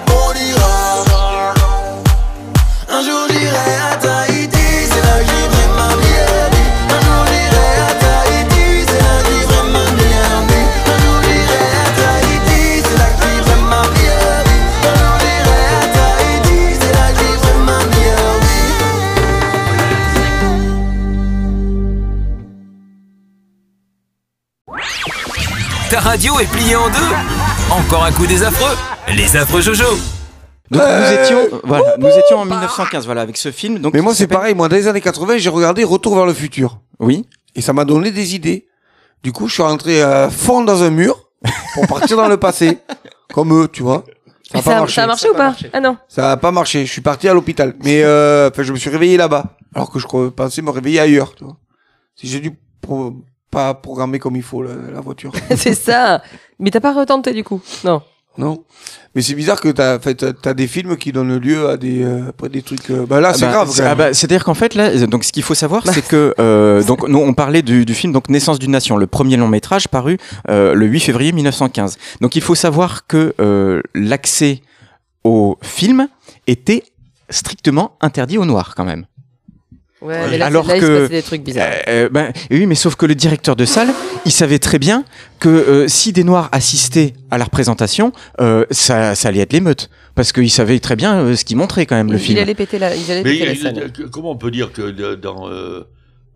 on ira. Un jour j'irai à Tahiti, c'est là que j'ai vraiment meilleure vie. Un jour j'irai à Tahiti, c'est là que j'ai vraiment meilleure vie. Un jour j'irai à Tahiti, c'est là que j'ai vraiment meilleure vie. Un jour j'irai à Tahiti, c'est là que j'ai vraiment meilleure vie.
Ta radio est pliée en deux. Encore un coup des affreux. Les affreux Jojo.
Donc nous étions, voilà, nous étions en
bah.
1915, voilà, avec ce film. Donc
Mais moi,
qui
c'est
s'appelle-
pareil. Moi, dans les années 80, j'ai regardé Retour vers le futur.
Oui.
Et ça m'a donné des idées. Du coup, je suis rentré à fond dans un mur pour partir dans le passé. Comme eux, tu vois. Ça a pas
ça,
marché.
ça a marché ou pas Ah non.
Ça a pas marché. Je suis parti à l'hôpital. Mais euh, enfin, je me suis réveillé là-bas. Alors que je crois- pensais me réveiller ailleurs, tu vois. Si j'ai dû pro- pas programmé comme il faut la, la voiture.
c'est ça. Mais t'as pas retenté du coup Non.
non. Mais c'est bizarre que t'as fait t'as- t'as des films qui donnent lieu à des euh, pas des trucs. euh, bah là c'est
Ah bah,
grave.
c'est-
quand
ah
même. Bah.
bah, C'est-à-dire qu'en fait, là, donc ce qu'il faut savoir, c'est que euh, donc nous on parlait du, du film donc Naissance d'une nation, le premier long métrage paru euh, le 8 février 1915. Donc il faut savoir que euh, l'accès au film était strictement interdit aux noirs quand même.
Ouais,
Ouais.
mais là, Ah, c'est-
Alors
là, il se
que-
passait des trucs bizarres.
Euh, ben, oui, mais sauf que le directeur de salle, il savait très bien que euh, si des noirs assistaient à la représentation, euh, ça, ça allait être l'émeute parce qu'il savait très bien euh, ce qu'il montrait quand même le
il,
film.
il allait péter la, il allait
Mais
péter la
il-
scène.
que- comment on peut dire que de- dans euh,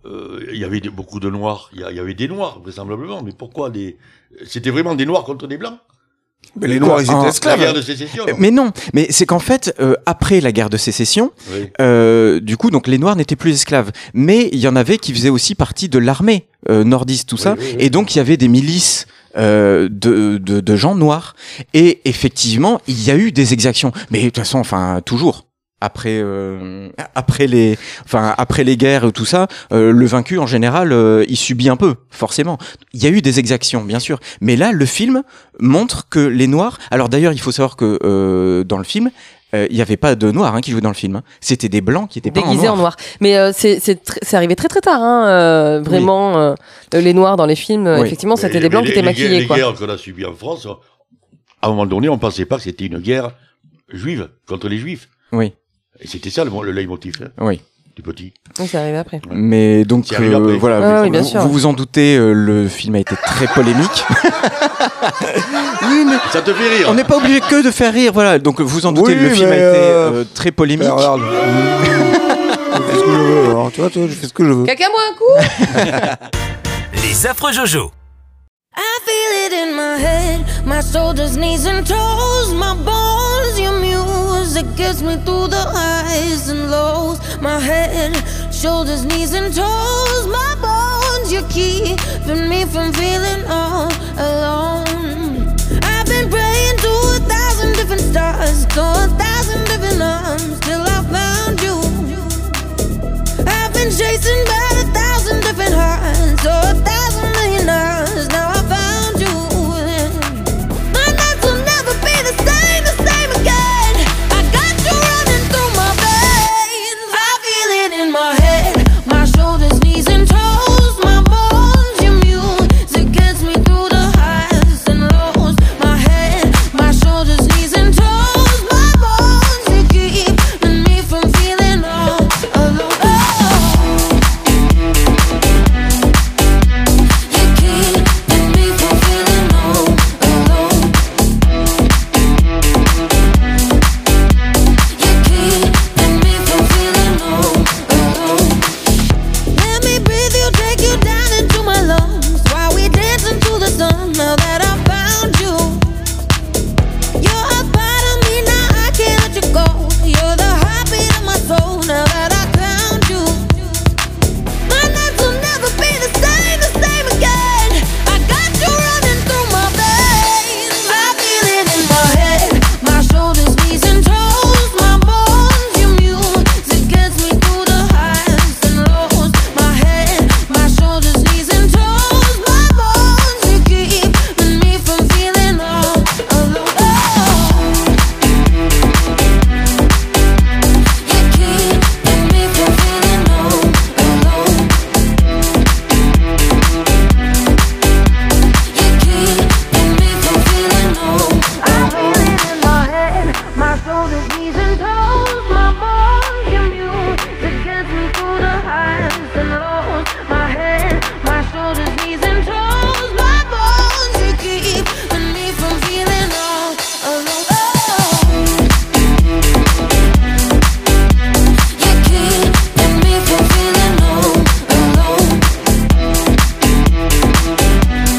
euh, il y avait des- beaucoup de noirs, il y, a- il y avait des noirs vraisemblablement, mais pourquoi des c'était vraiment des noirs contre des blancs
Mais les noirs ils
Ah,
étaient
La
esclaves.
guerre de sécession.
Euh, Mais non, mais c'est qu'en fait, euh, après la guerre de sécession,
Oui.
Euh, du coup, donc les Noirs n'étaient plus esclaves, mais il y en avait qui faisaient aussi partie de l'armée euh, nordiste, tout ça,
Oui, oui, oui.
et donc il y avait des milices. euh, de, de, de gens noirs et effectivement il y a eu des exactions mais de toute façon enfin toujours après euh, après les enfin après les guerres et tout ça euh, le vaincu en général euh, il subit un peu forcément il y a eu des exactions bien sûr mais là le film montre que les noirs alors d'ailleurs il faut savoir que euh, dans le film euh, il n'y avait pas de noirs hein, qui jouaient dans le film. hein. C'était des blancs qui étaient
déguisé
pas
en noir. Mais euh, c'est- c'est tr- c'est arrivé très très tard, hein, euh, vraiment. euh, les noirs dans les films, euh,
Oui.
effectivement, c'était
Mais-
des blancs
mais
qui étaient
les- les guerres-
maquillés. Quoi.
Les guerres qu'on a subies en France, à un moment donné, on pensait pas que c'était une guerre juive contre les juifs.
Oui.
Et c'était ça le, le leitmotiv hein,
Oui.
du petit.
Oui, c'est arrivé après.
Mais donc
Qui arrive
euh,
après.
voilà,
Ah
vous,
oui, bien
vous-
sûr.
vous vous en doutez, euh, le film a été très polémique. oui, mais
Ça te fait rire.
on n'est pas obligé que de faire rire. Voilà, donc vous en
Oui,
doutez, le film a
mais,
été
euh,
euh, très polémique.
Alors, regarde. je fais ce que je veux. alors, tu vois, tu vois, je fais ce que je veux.
Caca moi un coup
Les affreux Jojo.
I feel it in my head, my shoulders, knees, and toes, my bones. Your music gets me through the highs and lows. My head, shoulders, knees, and toes, my bones. You're keeping me from feeling all alone. I've been praying to a thousand different stars, to a thousand different arms, till I found you. I've been chasing by a thousand different hearts, or a thousand million hours. Now I found you. My nights will never be the same, the same again. I got you running through my veins. I feel it in my head, my shoulders, knees, and toes, my bones. Your music gets me through the highs and lows. My head, my shoulders, knees, and toes, my bones. You keeping me from feeling all alone. Oh. You keeping me from feeling all alone. You keeping me from feeling all alone. Oh. Let me breathe you, take you down into my lungs while we dance into the sun. Now that I found you, you're a part of me now. I can't let you go. You're the heartbeat of my soul. Now that I found you. My nights will never be the same, the same again. I got you running through my veins. I feel it in my head, my shoulders, knees, and toes, my bones. Your music gets me through the highs and lows. My head, my shoulders, knees, and toes, my bones. You keeping me from feeling all alone. You keeping me from feeling all alone. You keeping me from feeling all. I feel it in my head, my shoulders, knees, and toes, my bones. Your music gets me through the highs and lows. My head, my shoulders, knees, and toes, my bones. You keeping me from feeling all alone. You keeping me from feeling all alone.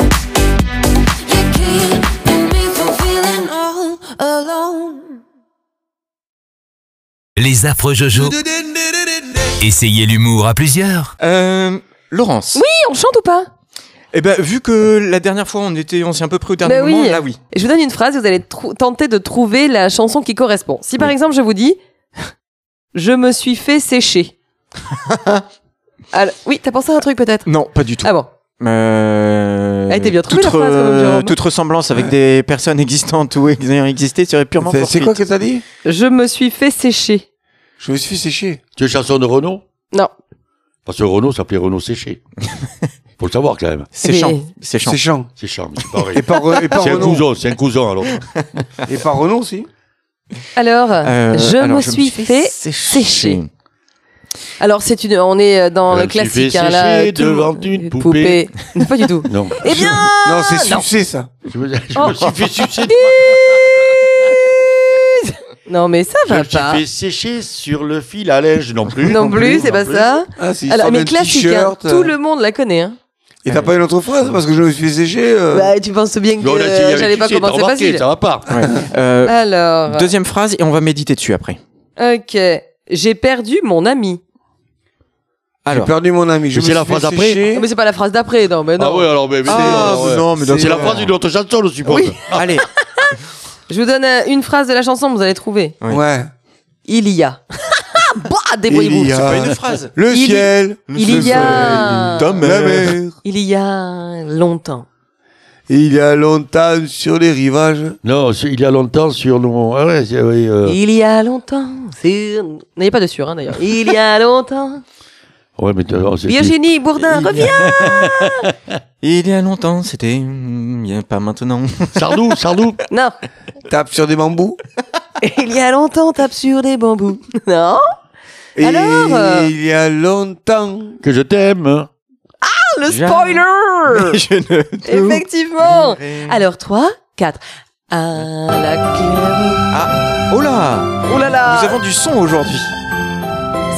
You keeping me from feeling all alone.
Les affreux Jojo. Essayez l'humour à plusieurs.
Euh, Laurence.
Oui, on chante ou pas
Eh ben vu que la dernière fois on était, on s'est un peu pris au dernier
Bah oui.
moment. Là oui.
Je vous donne une phrase, vous allez trou- tenter de trouver la chanson qui correspond. Si par exemple je vous dis « Je me suis fait sécher ». Alors, Oui, t'as pensé à un truc peut-être
Non, pas du tout.
Ah bon
Euh,
Elle était bien trouvée,
toute,
la phrase, quand même, Jérôme.
toute ressemblance avec des personnes existantes ou ayant existé serait purement
C'est- C'est
fortuite.
quoi que t'as dit
Je me suis fait sécher.
Je me suis fait sécher.
Tu es chanson de Renault
Non.
Parce que Renault s'appelait Renault Séché. Faut le savoir quand même.
Séchant.
Mais-
Séchant.
Séchant.
C'est charme, c'est pareil.
Et par, et par
C'est un
Renault.
cousin, c'est un cousin alors.
Et par Renault aussi.
Alors,
Euh,
je,
alors,
me suis fait.
sécher.
sécher. Alors, c'est une. On est dans
Je
le
me suis
bah,
classique.
fait
hein, là,
sécher
tout le
devant
monde-
une poupée.
Non, Pas du tout.
Non.
Eh bien,
Ah, non, c'est
non.
succès ça.
Je me, je
Oh.
me suis fait sucer.
non mais ça
Je me
va
suis
pas.
fait sécher sur le fil à linge non plus.
Non plus, c'est pas ça.
Ah, c'est
Alors,
histoire
mais
d'un
classique, hein,
t-shirt.
tout le monde la connaît. Hein.
Et t'as pas une autre phrase parce que je me suis fait sécher. euh,
Bah, tu penses bien que
Non, là,
euh, j'allais pas commencer
facile.
facile.
Ça va pas.
Ouais. Euh,
Alors,
deuxième phrase et on va méditer dessus après.
ok. J'ai perdu mon ami.
J'ai
Alors.
perdu mon ami.
Mais
Je me
c'est
suis
la
fait
phrase après
sécher.
Non, mais c'est pas la phrase d'après, non, mais non.
Ah ouais, alors, mais, mais
Ah,
c'est- ouais.
mais non, mais
c'est la
d'accord.
phrase d'une autre chanson, je suppose.
Oui.
Ah,
Allez,
Je vous donne euh, une phrase de la chanson, vous allez trouver.
Oui.
Ouais.
Il y a. Bah, débrouillez-vous.
Il y a-
c'est pas une phrase.
Le
Il-
ciel.
Il y a.
Ta
La
mère.
mer.
Il y a longtemps.
Il y a longtemps sur les rivages.
Non, c'est- il y a longtemps sur nos. Ah ouais, c'est- oui, euh,
Il y a longtemps. C'est. N'ayez pas de sûr, hein, d'ailleurs. Il y a longtemps.
ouais, mais non, c'est-
Virginie Bourdin,
Il y a-
reviens.
Il y a longtemps, c'était. hmm, Il y a pas maintenant.
Sardou, Sardou.
Non.
Tape sur des bambous.
Il y a longtemps, tape sur des bambous. Non.
Et
Alors, euh,
Il y a longtemps.
que je t'aime.
ah, Le
Jean-
spoiler.
Je ne-
Effectivement. Alors, 3, 4. À la claire.
Oh là
Oh là là.
Nous avons du son aujourd'hui.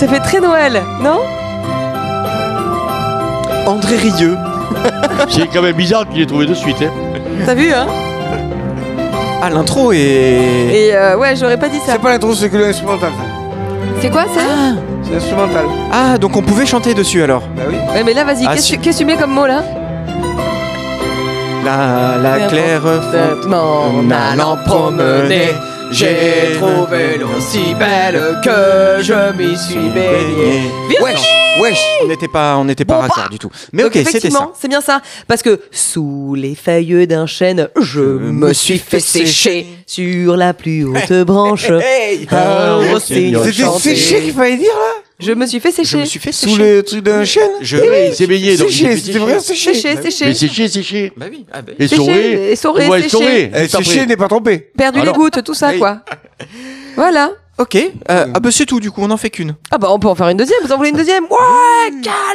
Ça fait très Noël, non
André Rieu.
C'est quand même bizarre qu'il l'ait trouvé de suite. hein.
T'as vu, hein
Ah, l'intro est.
Et euh, ouais, j'aurais pas dit ça.
C'est pas l'intro, c'est que l'instrumental.
C'est quoi ça
Ah,
C'est l'instrumental.
ah, donc on pouvait chanter dessus alors.
Bah oui.
Ouais, mais là, vas-y,
Ah,
qu'est-ce
si.
que- qu'est-ce que tu mets comme mot là
La, la claire
M'en allant promener, j'ai trouvé l'eau si belle que je m'y suis baignée.
Wesh, wesh. On n'était pas, on n'était pas raccord du tout. Mais
bah. Donc,
ok, c'était
effectivement,
ça.
c'est bien ça. Parce que sous les feuilles d'un chêne, je me suis fait sécher sur la plus haute branche.
Ah,
Un
Oh,
rossignol
Seigneur.
C'était
chantait.
séché qu'il fallait dire là
Je me suis fait
Je me
sécher.
suis fait
Sous
sécher.
le truc d'un chêne
Je...
Il s'est baigné. donc il s'est
Séché,
fait
c'était vrai séché.
Séché, séché.
Mais séché, séché.
Bah oui. Ah, bah.
Et
Séché,
sauré.
et sauré,
Ouais,
séché.
sauré.
Eh,
Juste après.
Séché n'est pas trompé.
Perdu les
Alors.
gouttes, tout ça,
Hey.
quoi. Voilà.
Ok. euh, ah bah c'est tout. Du coup, on en fait qu'une. Mmh.
Ah bah on peut en faire une deuxième, vous en voulez une deuxième Ouais,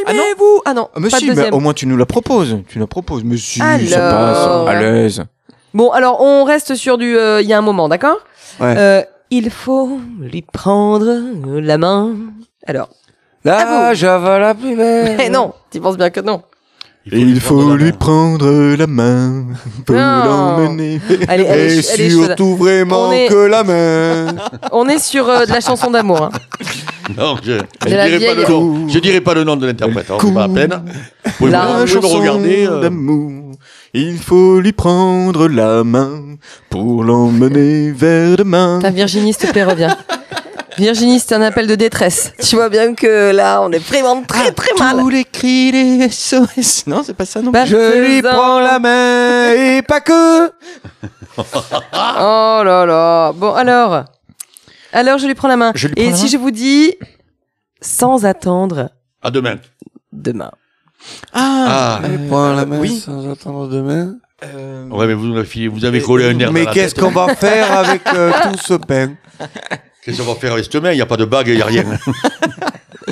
calmez-vous Ah non,
Ah, mais
pas
si,
de
bah,
deuxième.
au moins tu nous la proposes. Tu la proposes. Mais si, ça
Alors.
passe. À l'aise.
Bon, alors on reste sur du... euh, Il y a un moment, d'accord
Ouais.
Euh, il faut lui prendre la main. Alors, À
Là,
vous.
j'avais la plus belle.
mais non, tu penses bien que non.
Il faut lui prendre la main pour
Non.
l'emmener.
Allez, allez,
Et
ch- allez, chaude.
surtout vraiment
On est-
que la main.
on est sur euh, de la chanson d'amour. hein.
Non, je, je
la
dirai pas
vieille-
le nom. Je dirai pas le nom de l'interprète. hein, C'est pas la peine. Vous pouvez,
La
me- vous pouvez me regarder. euh,
d'amour. Il faut lui prendre la main pour l'emmener vers demain.
Putain, Virginie, s'il te plaît, reviens. Virginie, c'est un appel de détresse. Ah, Tu vois bien que là, on est vraiment très très mal.
Tous les cris, les SOS. Non, c'est pas ça non
Bah,
Je lui
faisons-
prends la main et pas que.
Oh là là. Bon, alors. Alors, je lui prends la main.
Je lui prends
Et
la
si
main.
je vous dis, sans attendre
À demain.
demain.
Ah,
Ah.
Je lui
Euh,
prends la main
oui.
sans attendre demain.
euh,
Ouais, mais vous, nous l'avez filé, vous avez collé un nerf.
Mais
dans la
qu'est-ce
tête.
qu'on va faire avec euh, tout ce
Ben.
pain
Qu'est-ce qu'on va faire avec cette main Il n'y a pas de bague, il n'y a rien.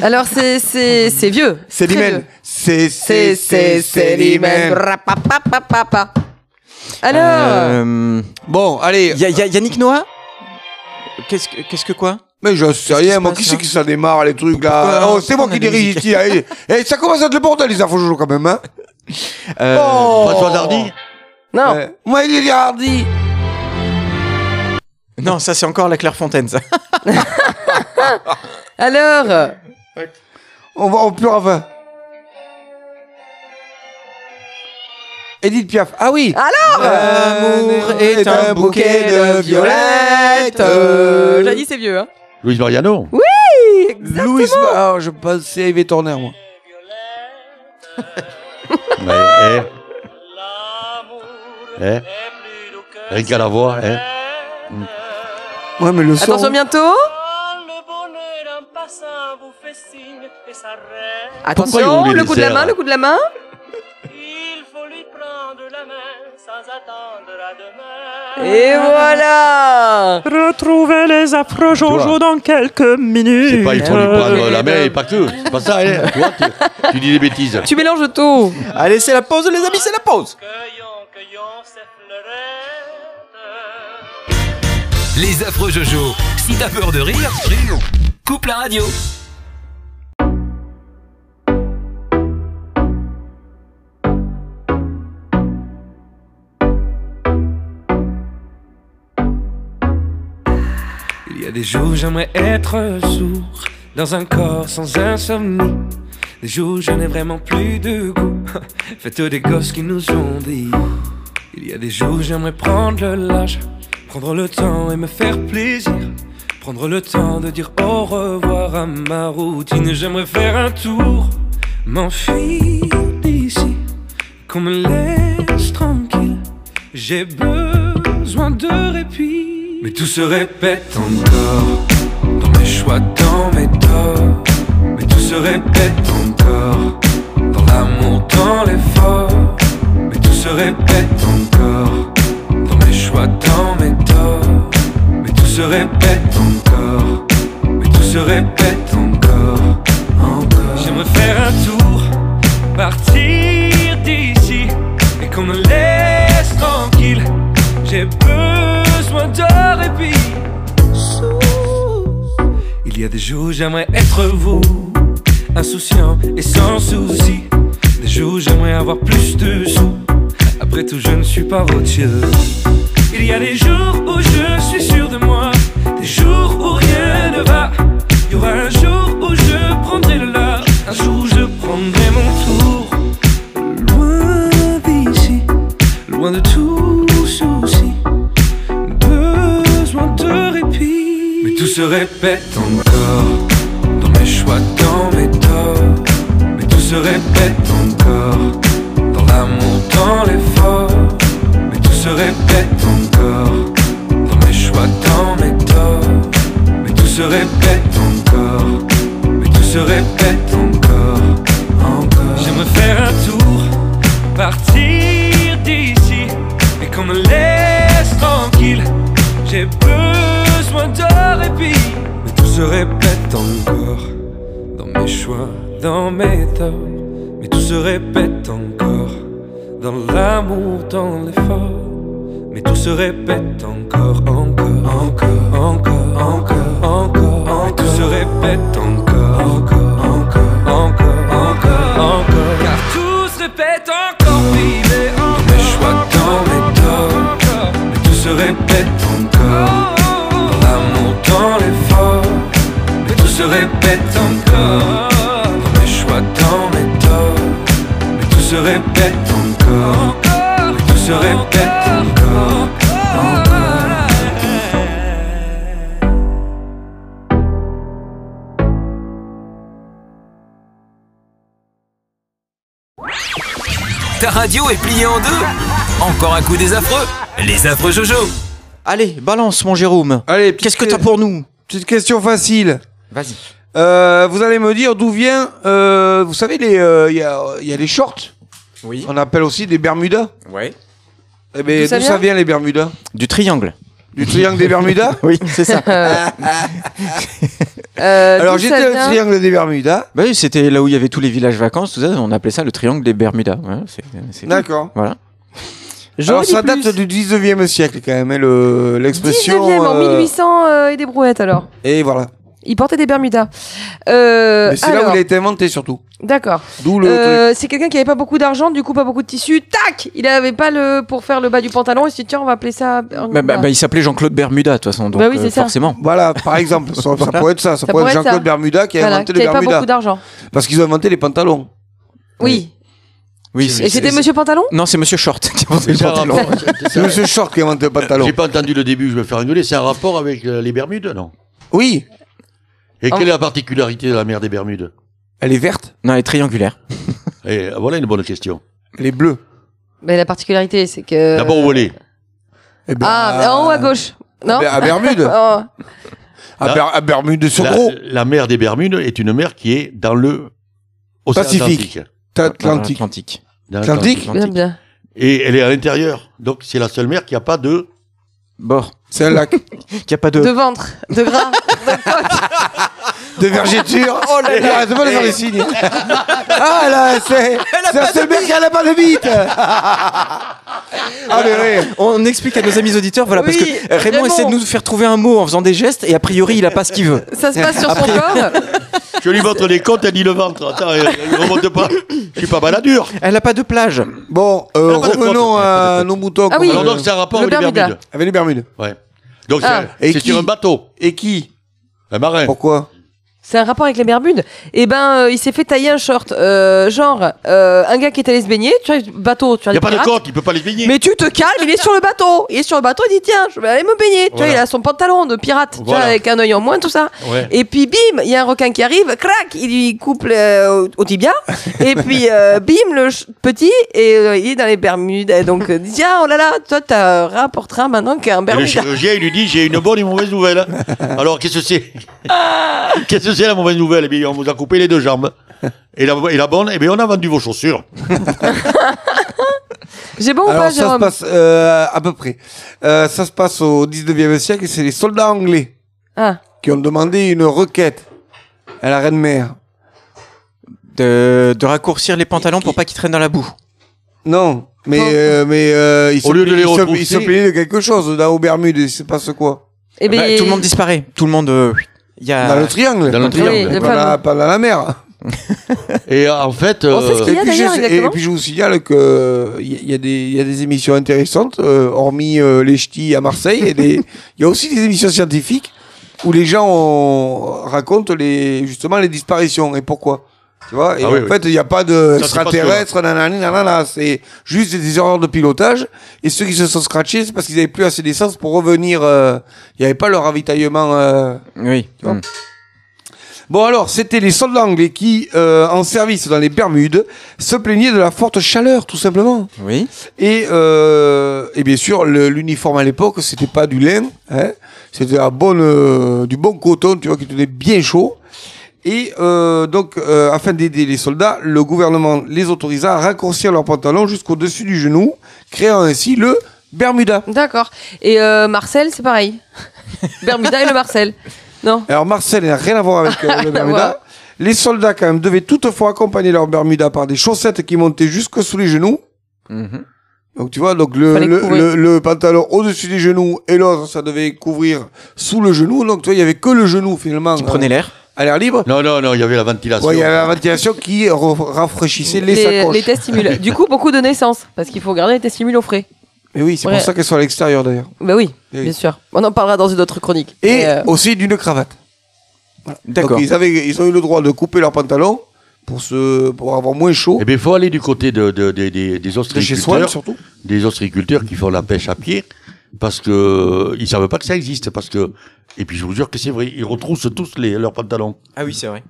Alors, c'est, c'est, c'est vieux.
C'est
Très
l'hymen.
vieux.
C'est
C'est, c'est, c'est l'hymen. Rapapapapapa. Alors.
euh,
Bon, allez.
y a- y a Yannick Noah Qu'est-ce que qu'est-ce que quoi
Mais je sais
qui
rien,
se
moi,
passe,
qui
là
c'est qui ça démarre, les trucs, là
Pourquoi-
Oh, c'est moi
pourquoi
qui
on a de la
dirige
musique
ici. allez. Et ça commence à être le bordel, les infos jojo, quand même, hein
Euh,
François Hardy
Non.
Ouais. Oh. Euh, Moi, il est hardi
Non, ça c'est encore la Clairefontaine, ça.
Alors.
On va au pur à vin. Edith Piaf. Ah oui
Alors.
L'amour est un bouquet de violettes.
Euh, J'ai dit c'est vieux, hein.
Louise Mariano
Louis. Ah, je pensais à Yves Tourner, moi.
Ouais, eh. Eh. Rien qu'à la voix, eh.
Ouais, mais le son.
Attention bientôt.
Pourquoi il
Attention,
roule les
Oh, le coup de la
airs
main, le coup de la main. Et voilà
Retrouvez les affreux Jojo dans quelques minutes.
C'est pas,
Ah
il faut lui prendre la main
euh,
et pas que. C'est pas ça, hein. Tu vois, tu, tu dis des bêtises.
Tu mélanges tout
Allez, c'est la pause, les amis, c'est la pause.
Les affreux Jojo. Si t'as peur de rire, coupe la radio.
Il y a des jours j'aimerais être sourd dans un corps sans insomnie. Des jours je n'ai vraiment plus de goût. Faites des gosses qui nous ont dit. Il y a des jours j'aimerais prendre le large, prendre le temps et me faire plaisir. Prendre le temps de dire au revoir à ma routine. J'aimerais faire un tour, m'enfuir d'ici, qu'on me laisse tranquille. J'ai besoin de répit. Mais tout se répète encore dans mes choix, dans mes torts. Mais tout se répète encore dans l'amour, dans l'effort. Mais tout se répète encore dans mes choix, dans mes torts. Mais tout se répète encore. Mais tout se répète encore, encore. J'aimerais faire un tour, partir d'ici et qu'on me laisse tranquille. J'ai besoin de répit. Il y a des jours où j'aimerais être vous, insouciant et sans souci. Des jours où j'aimerais avoir plus de sous. Après tout, je ne suis pas Rothschild. Il y a des jours où je suis sûr de moi, des jours où rien ne va. Il y aura un jour où je prendrai le large, un jour où je prendrai mon tour. Loin d'ici, loin de tout souci besoin de répit. Mais tout se répète encore dans mes choix, dans mes torts. Mais tout se répète encore dans l'amour, dans l'effort. Mais tout se répète encore dans mes choix, dans mes torts. Mais tout se répète encore. Mais tout se répète encore, encore. J'aimerais faire un tour, partir d'ici et qu'on me laisse tranquille. J'ai besoin de répit. Mais tout se répète encore dans mes choix, dans mes torts. Mais tout se répète encore dans l'amour, dans l'effort. Mais tout se répète encore, encore, encore, encore, encore, encore. Mais tout se répète encore, encore, encore, encore, encore, encore. Car tout se répète encore, baby, encore. Dans mes choix, dans mes torts. Mais tout se répète encore. Dans l'amour, dans l'effort. Mais tout se répète encore. Dans mes choix, dans mes torts. Mais tout se répète encore. Mais tout se répète encore. encore.
Ta radio est pliée en deux. Encore un coup des affreux. Les affreux Jojo.
Allez, balance, mon Jérôme.
Allez, petite
Qu'est-ce que
que-
t'as pour nous
Petite question facile.
Vas-y.
Euh, vous allez me dire d'où vient. euh, vous savez, les, euh, il y, a, il y a les shorts.
Oui.
On appelle aussi des Bermudas.
Ouais.
Eh ben,
D'où
d'où
ça
ça,
vient
vient les Bermudas
Du triangle.
Du triangle des Bermudas
Oui, c'est ça.
Euh,
Alors
d'où ça
j'étais au
vient
triangle des Bermudas.
bah oui, c'était là où il y avait tous les villages vacances, tout ça. On appelait ça le triangle des Bermudas. Ouais, c'est- c'est-
D'accord.
Voilà.
Alors
J'aurais
ça
dit
date
plus.
du 19e siècle quand même, hein, le- l'expression.
19e, en
euh,
1800 euh, et des brouettes alors.
Et voilà.
Il portait des Bermudas. Euh,
Mais c'est là
alors,
où il a été inventé surtout.
D'accord.
D'où le truc.
Euh, c'est quelqu'un qui avait pas beaucoup d'argent, du coup pas beaucoup de tissu. Tac Il avait pas le pour faire le bas du pantalon. Il s'est dit tiens on va appeler ça.
Bah, bah, bah, il s'appelait Jean-Claude Bermuda, de toute façon. Donc,
Bah oui,
euh,
c'est ça.
forcément.
Voilà, par exemple, ça, ça pourrait être ça. Ça,
pourrait
pourrait être
être ça.
Jean-Claude Bermuda qui a
Voilà,
inventé
qui
les
avait pas
Bermudas.
beaucoup d'argent.
Parce qu'ils ont inventé les pantalons.
Oui.
Oui,
Et c'était Monsieur Pantalon
Non, c'est Monsieur Short qui a inventé le
C'est un
pantalon.
rapport- c'est-
C'est
c'est-
Monsieur Short qui a inventé le pantalon.
J'ai pas entendu le début, je vais me faire engueuler. C'est un rapport avec euh, les Bermudes, non
Oui, Oh.
Et
Ah.
quelle est la particularité de la mer des Bermudes
elle est verte.
Non, elle est triangulaire.
Et euh, voilà une bonne question. Euh,
Les bleus.
Mais la particularité, c'est que.
D'abord au volet.
Eh ben,
Ah, en haut à gauche. Non
Ber- à Bermude.
Oh.
À,
Là-
Ber- à Bermude sur
La,
gros.
la mer des Bermudes est une mer qui est dans le océan
Pacifique.
Atlantique.
T'as Atlantique.
Atlantique.
Dans
Atlantique
Bien, bien.
Et elle est à l'intérieur. Donc c'est la seule mer qui n'a pas de.
Bord.
C'est un lac
Qui a pas de.
De ventre, de gras, de coque.
de vergéture. Oh là là,
euh,
arrête pas de faire des signes. Ah là, c'est. C'est un seul mec qui n'a pas de bite. Ah mais oui.
On explique à nos amis auditeurs, voilà, parce
Oui,
que Raymond,
Raymond.
essaie de nous faire trouver un mot en faisant des gestes et a priori il a pas ce qu'il veut.
Ça se passe sur son corps.
Je lui montre les côtes, elle dit le ventre. Attends, elle elle remonte pas. Je suis pas baladur.
Elle a pas de plage.
Bon, euh,
Elle a pas de
revenons
compte.
à nos moutons.
Ah oui.
Alors
comme,
donc
euh,
c'est un rapport
le
avec les
Bermuda.
Bermudes.
Avec les Bermudes.
Ouais. Donc
Ah.
c'est-
Et
c'est
qui
sur un bateau,
Et qui
un marin.
Pourquoi
C'est un rapport avec les Bermudes. Eh ben, euh, il s'est fait tailler un short. euh, genre, euh, un gars qui est allé se baigner, tu vois, bateau, tu vois,
Il n'y
les
a pas de
pirates.
côte, il peut pas les baigner.
Mais tu te calmes, il est sur le bateau. Il est sur le bateau, il dit tiens, je vais aller me baigner. Tu vois,
Voilà.
il a son pantalon de pirate, tu vois,
Voilà.
avec un œil en moins, tout ça.
Ouais.
Et puis bim, il y a un requin qui arrive, crac, il lui coupe le- au, au tibia. et puis euh, bim, le ch- petit, et euh, il est dans les Bermudes. Et donc, euh, tiens, oh là là, toi, t'as rapportera maintenant qu'un
Et le
Bermuda.
chirurgien, il lui dit J'ai une bonne et une mauvaise nouvelle. hein. Alors, qu'est-ce que c'est
Ah
Qu'est-ce que c'est la mauvaise nouvelle Eh bien, on vous a coupé les deux jambes. Et la, et la bonne Eh bien, on a vendu vos chaussures.
J'ai bon ou
Alors
pas,
ça se
Jérôme
passe euh, à peu près. Euh, ça se passe au 19e siècle et c'est les soldats anglais
Ah.
qui ont demandé une requête à la reine mère.
De, de raccourcir les pantalons pour pas qu'ils traînent dans la boue.
Non, mais
Non.
euh, mais euh, ils
Au
se
lieu de
plaignaient-
les
ils se-
retrousser-
ils se plaignaient de quelque chose dans aux Bermudes, il se passe quoi
Eh ben,
Bah, tout le monde disparaît. Tout le monde. euh, Il y a.
Dans le triangle.
Dans le
Oui,
triangle.
les
Pas dans la-
femmes.
pas dans la mer.
Et euh, en fait,
On sait ce
euh,
qu'il y a
puis, je,
d'ailleurs,
et
exactement.
puis je vous signale que il y, a- il y a des il y a des émissions intéressantes euh, hormis euh, les ch'tis à Marseille et des il y a aussi des émissions scientifiques où les gens ont- racontent les justement les disparitions et pourquoi. Tu vois, et
Ah
en
oui, oui.
fait, il n'y a pas de
Ça, c'est hein.
extraterrestre, nanani, nanana, c'est juste des erreurs de pilotage. Et ceux qui se sont scratchés, c'est parce qu'ils n'avaient plus assez d'essence pour revenir. euh, Il n'y avait pas le ravitaillement euh,
Oui.
vois.
Hmm.
Mm.
Bon alors, c'était les soldats anglais qui, euh, en service dans les Bermudes, se plaignaient de la forte chaleur, tout simplement.
Oui.
Et, euh, et bien sûr, le- l'uniforme à l'époque, c'était pas du lin, hein, c'était de la bonne, euh, du bon coton, tu vois, qui tenait bien chaud. Et euh, donc, euh, afin d'aider les soldats, le gouvernement les autorisa à raccourcir leurs pantalons jusqu'au-dessus du genou, créant ainsi le Bermuda.
D'accord. Et euh, Marcel, c'est pareil. Bermuda et le Marcel. Non.
Alors Marcel n'a rien à voir avec euh, le
Voilà.
Bermuda. Les soldats quand même devaient toutefois accompagner leur Bermuda par des chaussettes qui montaient jusque sous les genoux.
Mhm.
Donc tu vois, donc le,
Fallait
le,
couvrir.
le- le pantalon au-dessus des genoux et l'autre ça devait couvrir sous le genou. Donc tu vois, il y avait que le genou finalement
Qui prenait
euh,
l'air.
à l'air libre.
non, non, non, il y avait la ventilation.
Ouais, il y avait la ventilation qui ra- rafraîchissait les, sacoches.
les testimules. Du coup, beaucoup de naissances, parce qu'il faut garder les testimules au frais.
Et oui, c'est
Ouais.
pour ça qu'elles sont à l'extérieur d'ailleurs.
Bah oui,
Eh oui.
bien sûr. On en parlera dans une autre chronique.
Et
Mais, euh,
aussi d'une cravate.
D'accord.
Donc ils avaient, ils ont eu le droit de couper leurs pantalons pour se, pour avoir moins chaud.
Eh bien, il faut aller du côté de, de- de- des- des
De chez soi
ostréiculteurs.
surtout.
des ostréiculteurs qui font la pêche à pied parce que euh, ils savent pas que ça existe parce que et puis je vous jure que c'est vrai ils retroussent tous les, leurs pantalons
Ah oui, c'est vrai.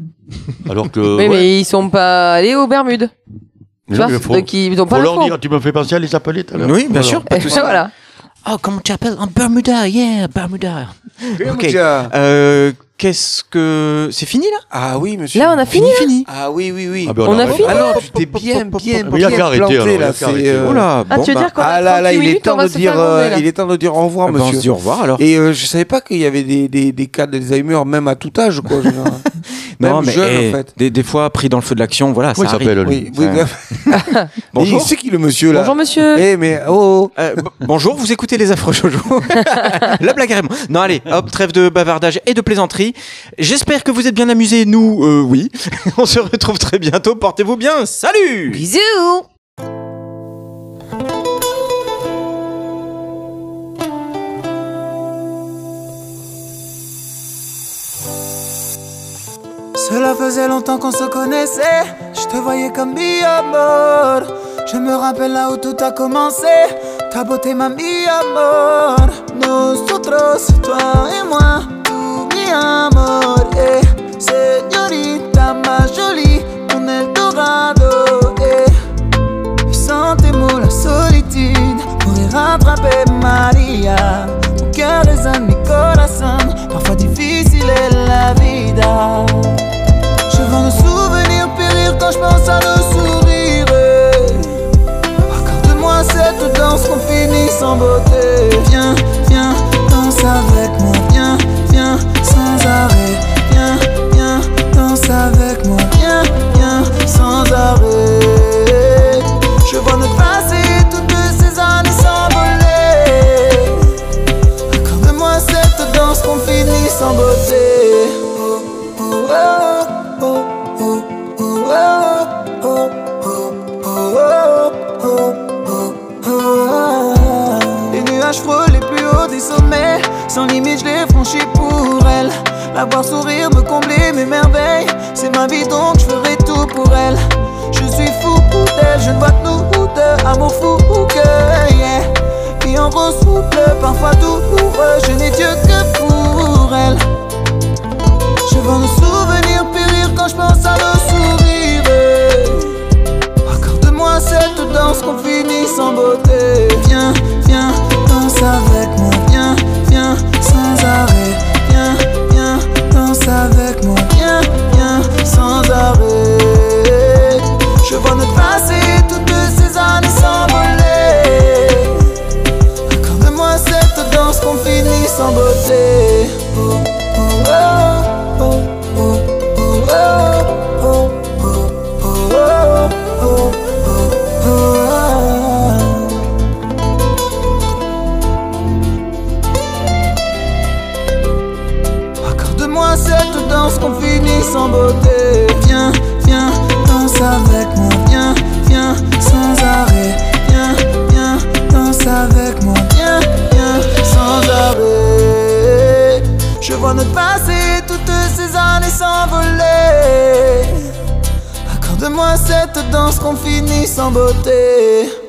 alors que
oui,
Euh, ouais,
mais ils sont pas allés aux Bermudes. Tu
non,
vois,
mais faut,
donc ils n'ont pas
faut leur
l'info.
dire tu me fais penser à les appeler tout à l'heure.
Oui, bien sûr. Pas
Eh,
de souci.
voilà.
Oh, comment tu appelles Un Bermuda, yeah, Bermuda.
Eh,
Ok.
Bermuda.
Euh, Qu'est-ce que. C'est fini là
Ah oui, monsieur.
Là, on a fini.
Fini.
Ah oui, oui, oui.
Ah ben,
On a
arrête.
fini.
Ah non, tu t'es bien, bien,
Mais il y a
bien
qu'à arrêter,
planté,
alors, il y a
là.
qu'à arrêter.
C'est, euh,
Oh là,
Ah,
bon,
tu veux
bah,
dire qu'on a
Ah là,
38
là, il est
minutes, on
temps
va
de
se faire
dire,
gronder,
euh,
là.
il est temps de dire au revoir,
eh ben, on se dit
monsieur.
au revoir alors.
Et euh, je savais pas qu'il y avait des, des, des cas d'Alzheimer même à tout âge, quoi. je veux dire. même
non, mais
jeune,
eh,
en fait.
des, des fois pris dans le feu de l'action, voilà,
comment il
ça arrive.
s'appelle lui
Oui, oui.
Ouais.
Bonjour.
Bonjour.
C'est qui le monsieur là
Bonjour, monsieur.
Eh mais oh, oh.
Euh, b- bonjour, vous écoutez les affreux Jojo. La blague à Raymond. Non, allez, hop, trêve de bavardage et de plaisanterie. J'espère que vous êtes bien amusés. Nous, euh, oui. On se retrouve très bientôt. Portez-vous bien. Salut
Bisous.
Cela faisait longtemps qu'on se connaissait, je te voyais comme biomore. Je me rappelle là où tout a commencé, ta beauté m'a mis à mort. Nosotros, toi et moi, tout mi amor. Eh, señorita, ma jolie, mon Eldorado. Eh, côté. Oh, oh, oh, oh, oh, oh, oh, oh, oh, oh. Les nuages frôlent les plus hauts des sommets. Sans limite, je les franchis pour elle. La voir sourire me combler mes merveilles. C'est ma vie donc je ferai tout pour elle. Je suis fou pour elle, je ne vois que nous deux. Amour fou ou que, yeah. Fille en rose ou bleu, parfois douloureux. Je n'ai Dieu que pour elle. Je vois nos souvenirs périr quand je pense à nos sourires. eh. Accorde-moi cette danse qu'on finit sans beauté. Viens, viens, danse avec moi. Viens, viens, sans arrêt. Viens, viens, danse avec moi. Viens, viens, sans arrêt. Je vois notre passé, toutes ces années s'envoler. Accorde-moi cette danse qu'on finit sans beauté. Oh, oh, oh, oh, oh, oh, oh, oh, oh, oh, oh, oh, oh. Accorde-moi cette danse qu'on finit sans beauté. Viens, viens, danse avec moi. Viens, viens, sans arrêt. Viens, viens, danse avec moi. Viens, viens, sans arrêt. Je vois notre passé, toutes ces années s'envoler. Accorde-moi cette danse qu'on finit sans beauté.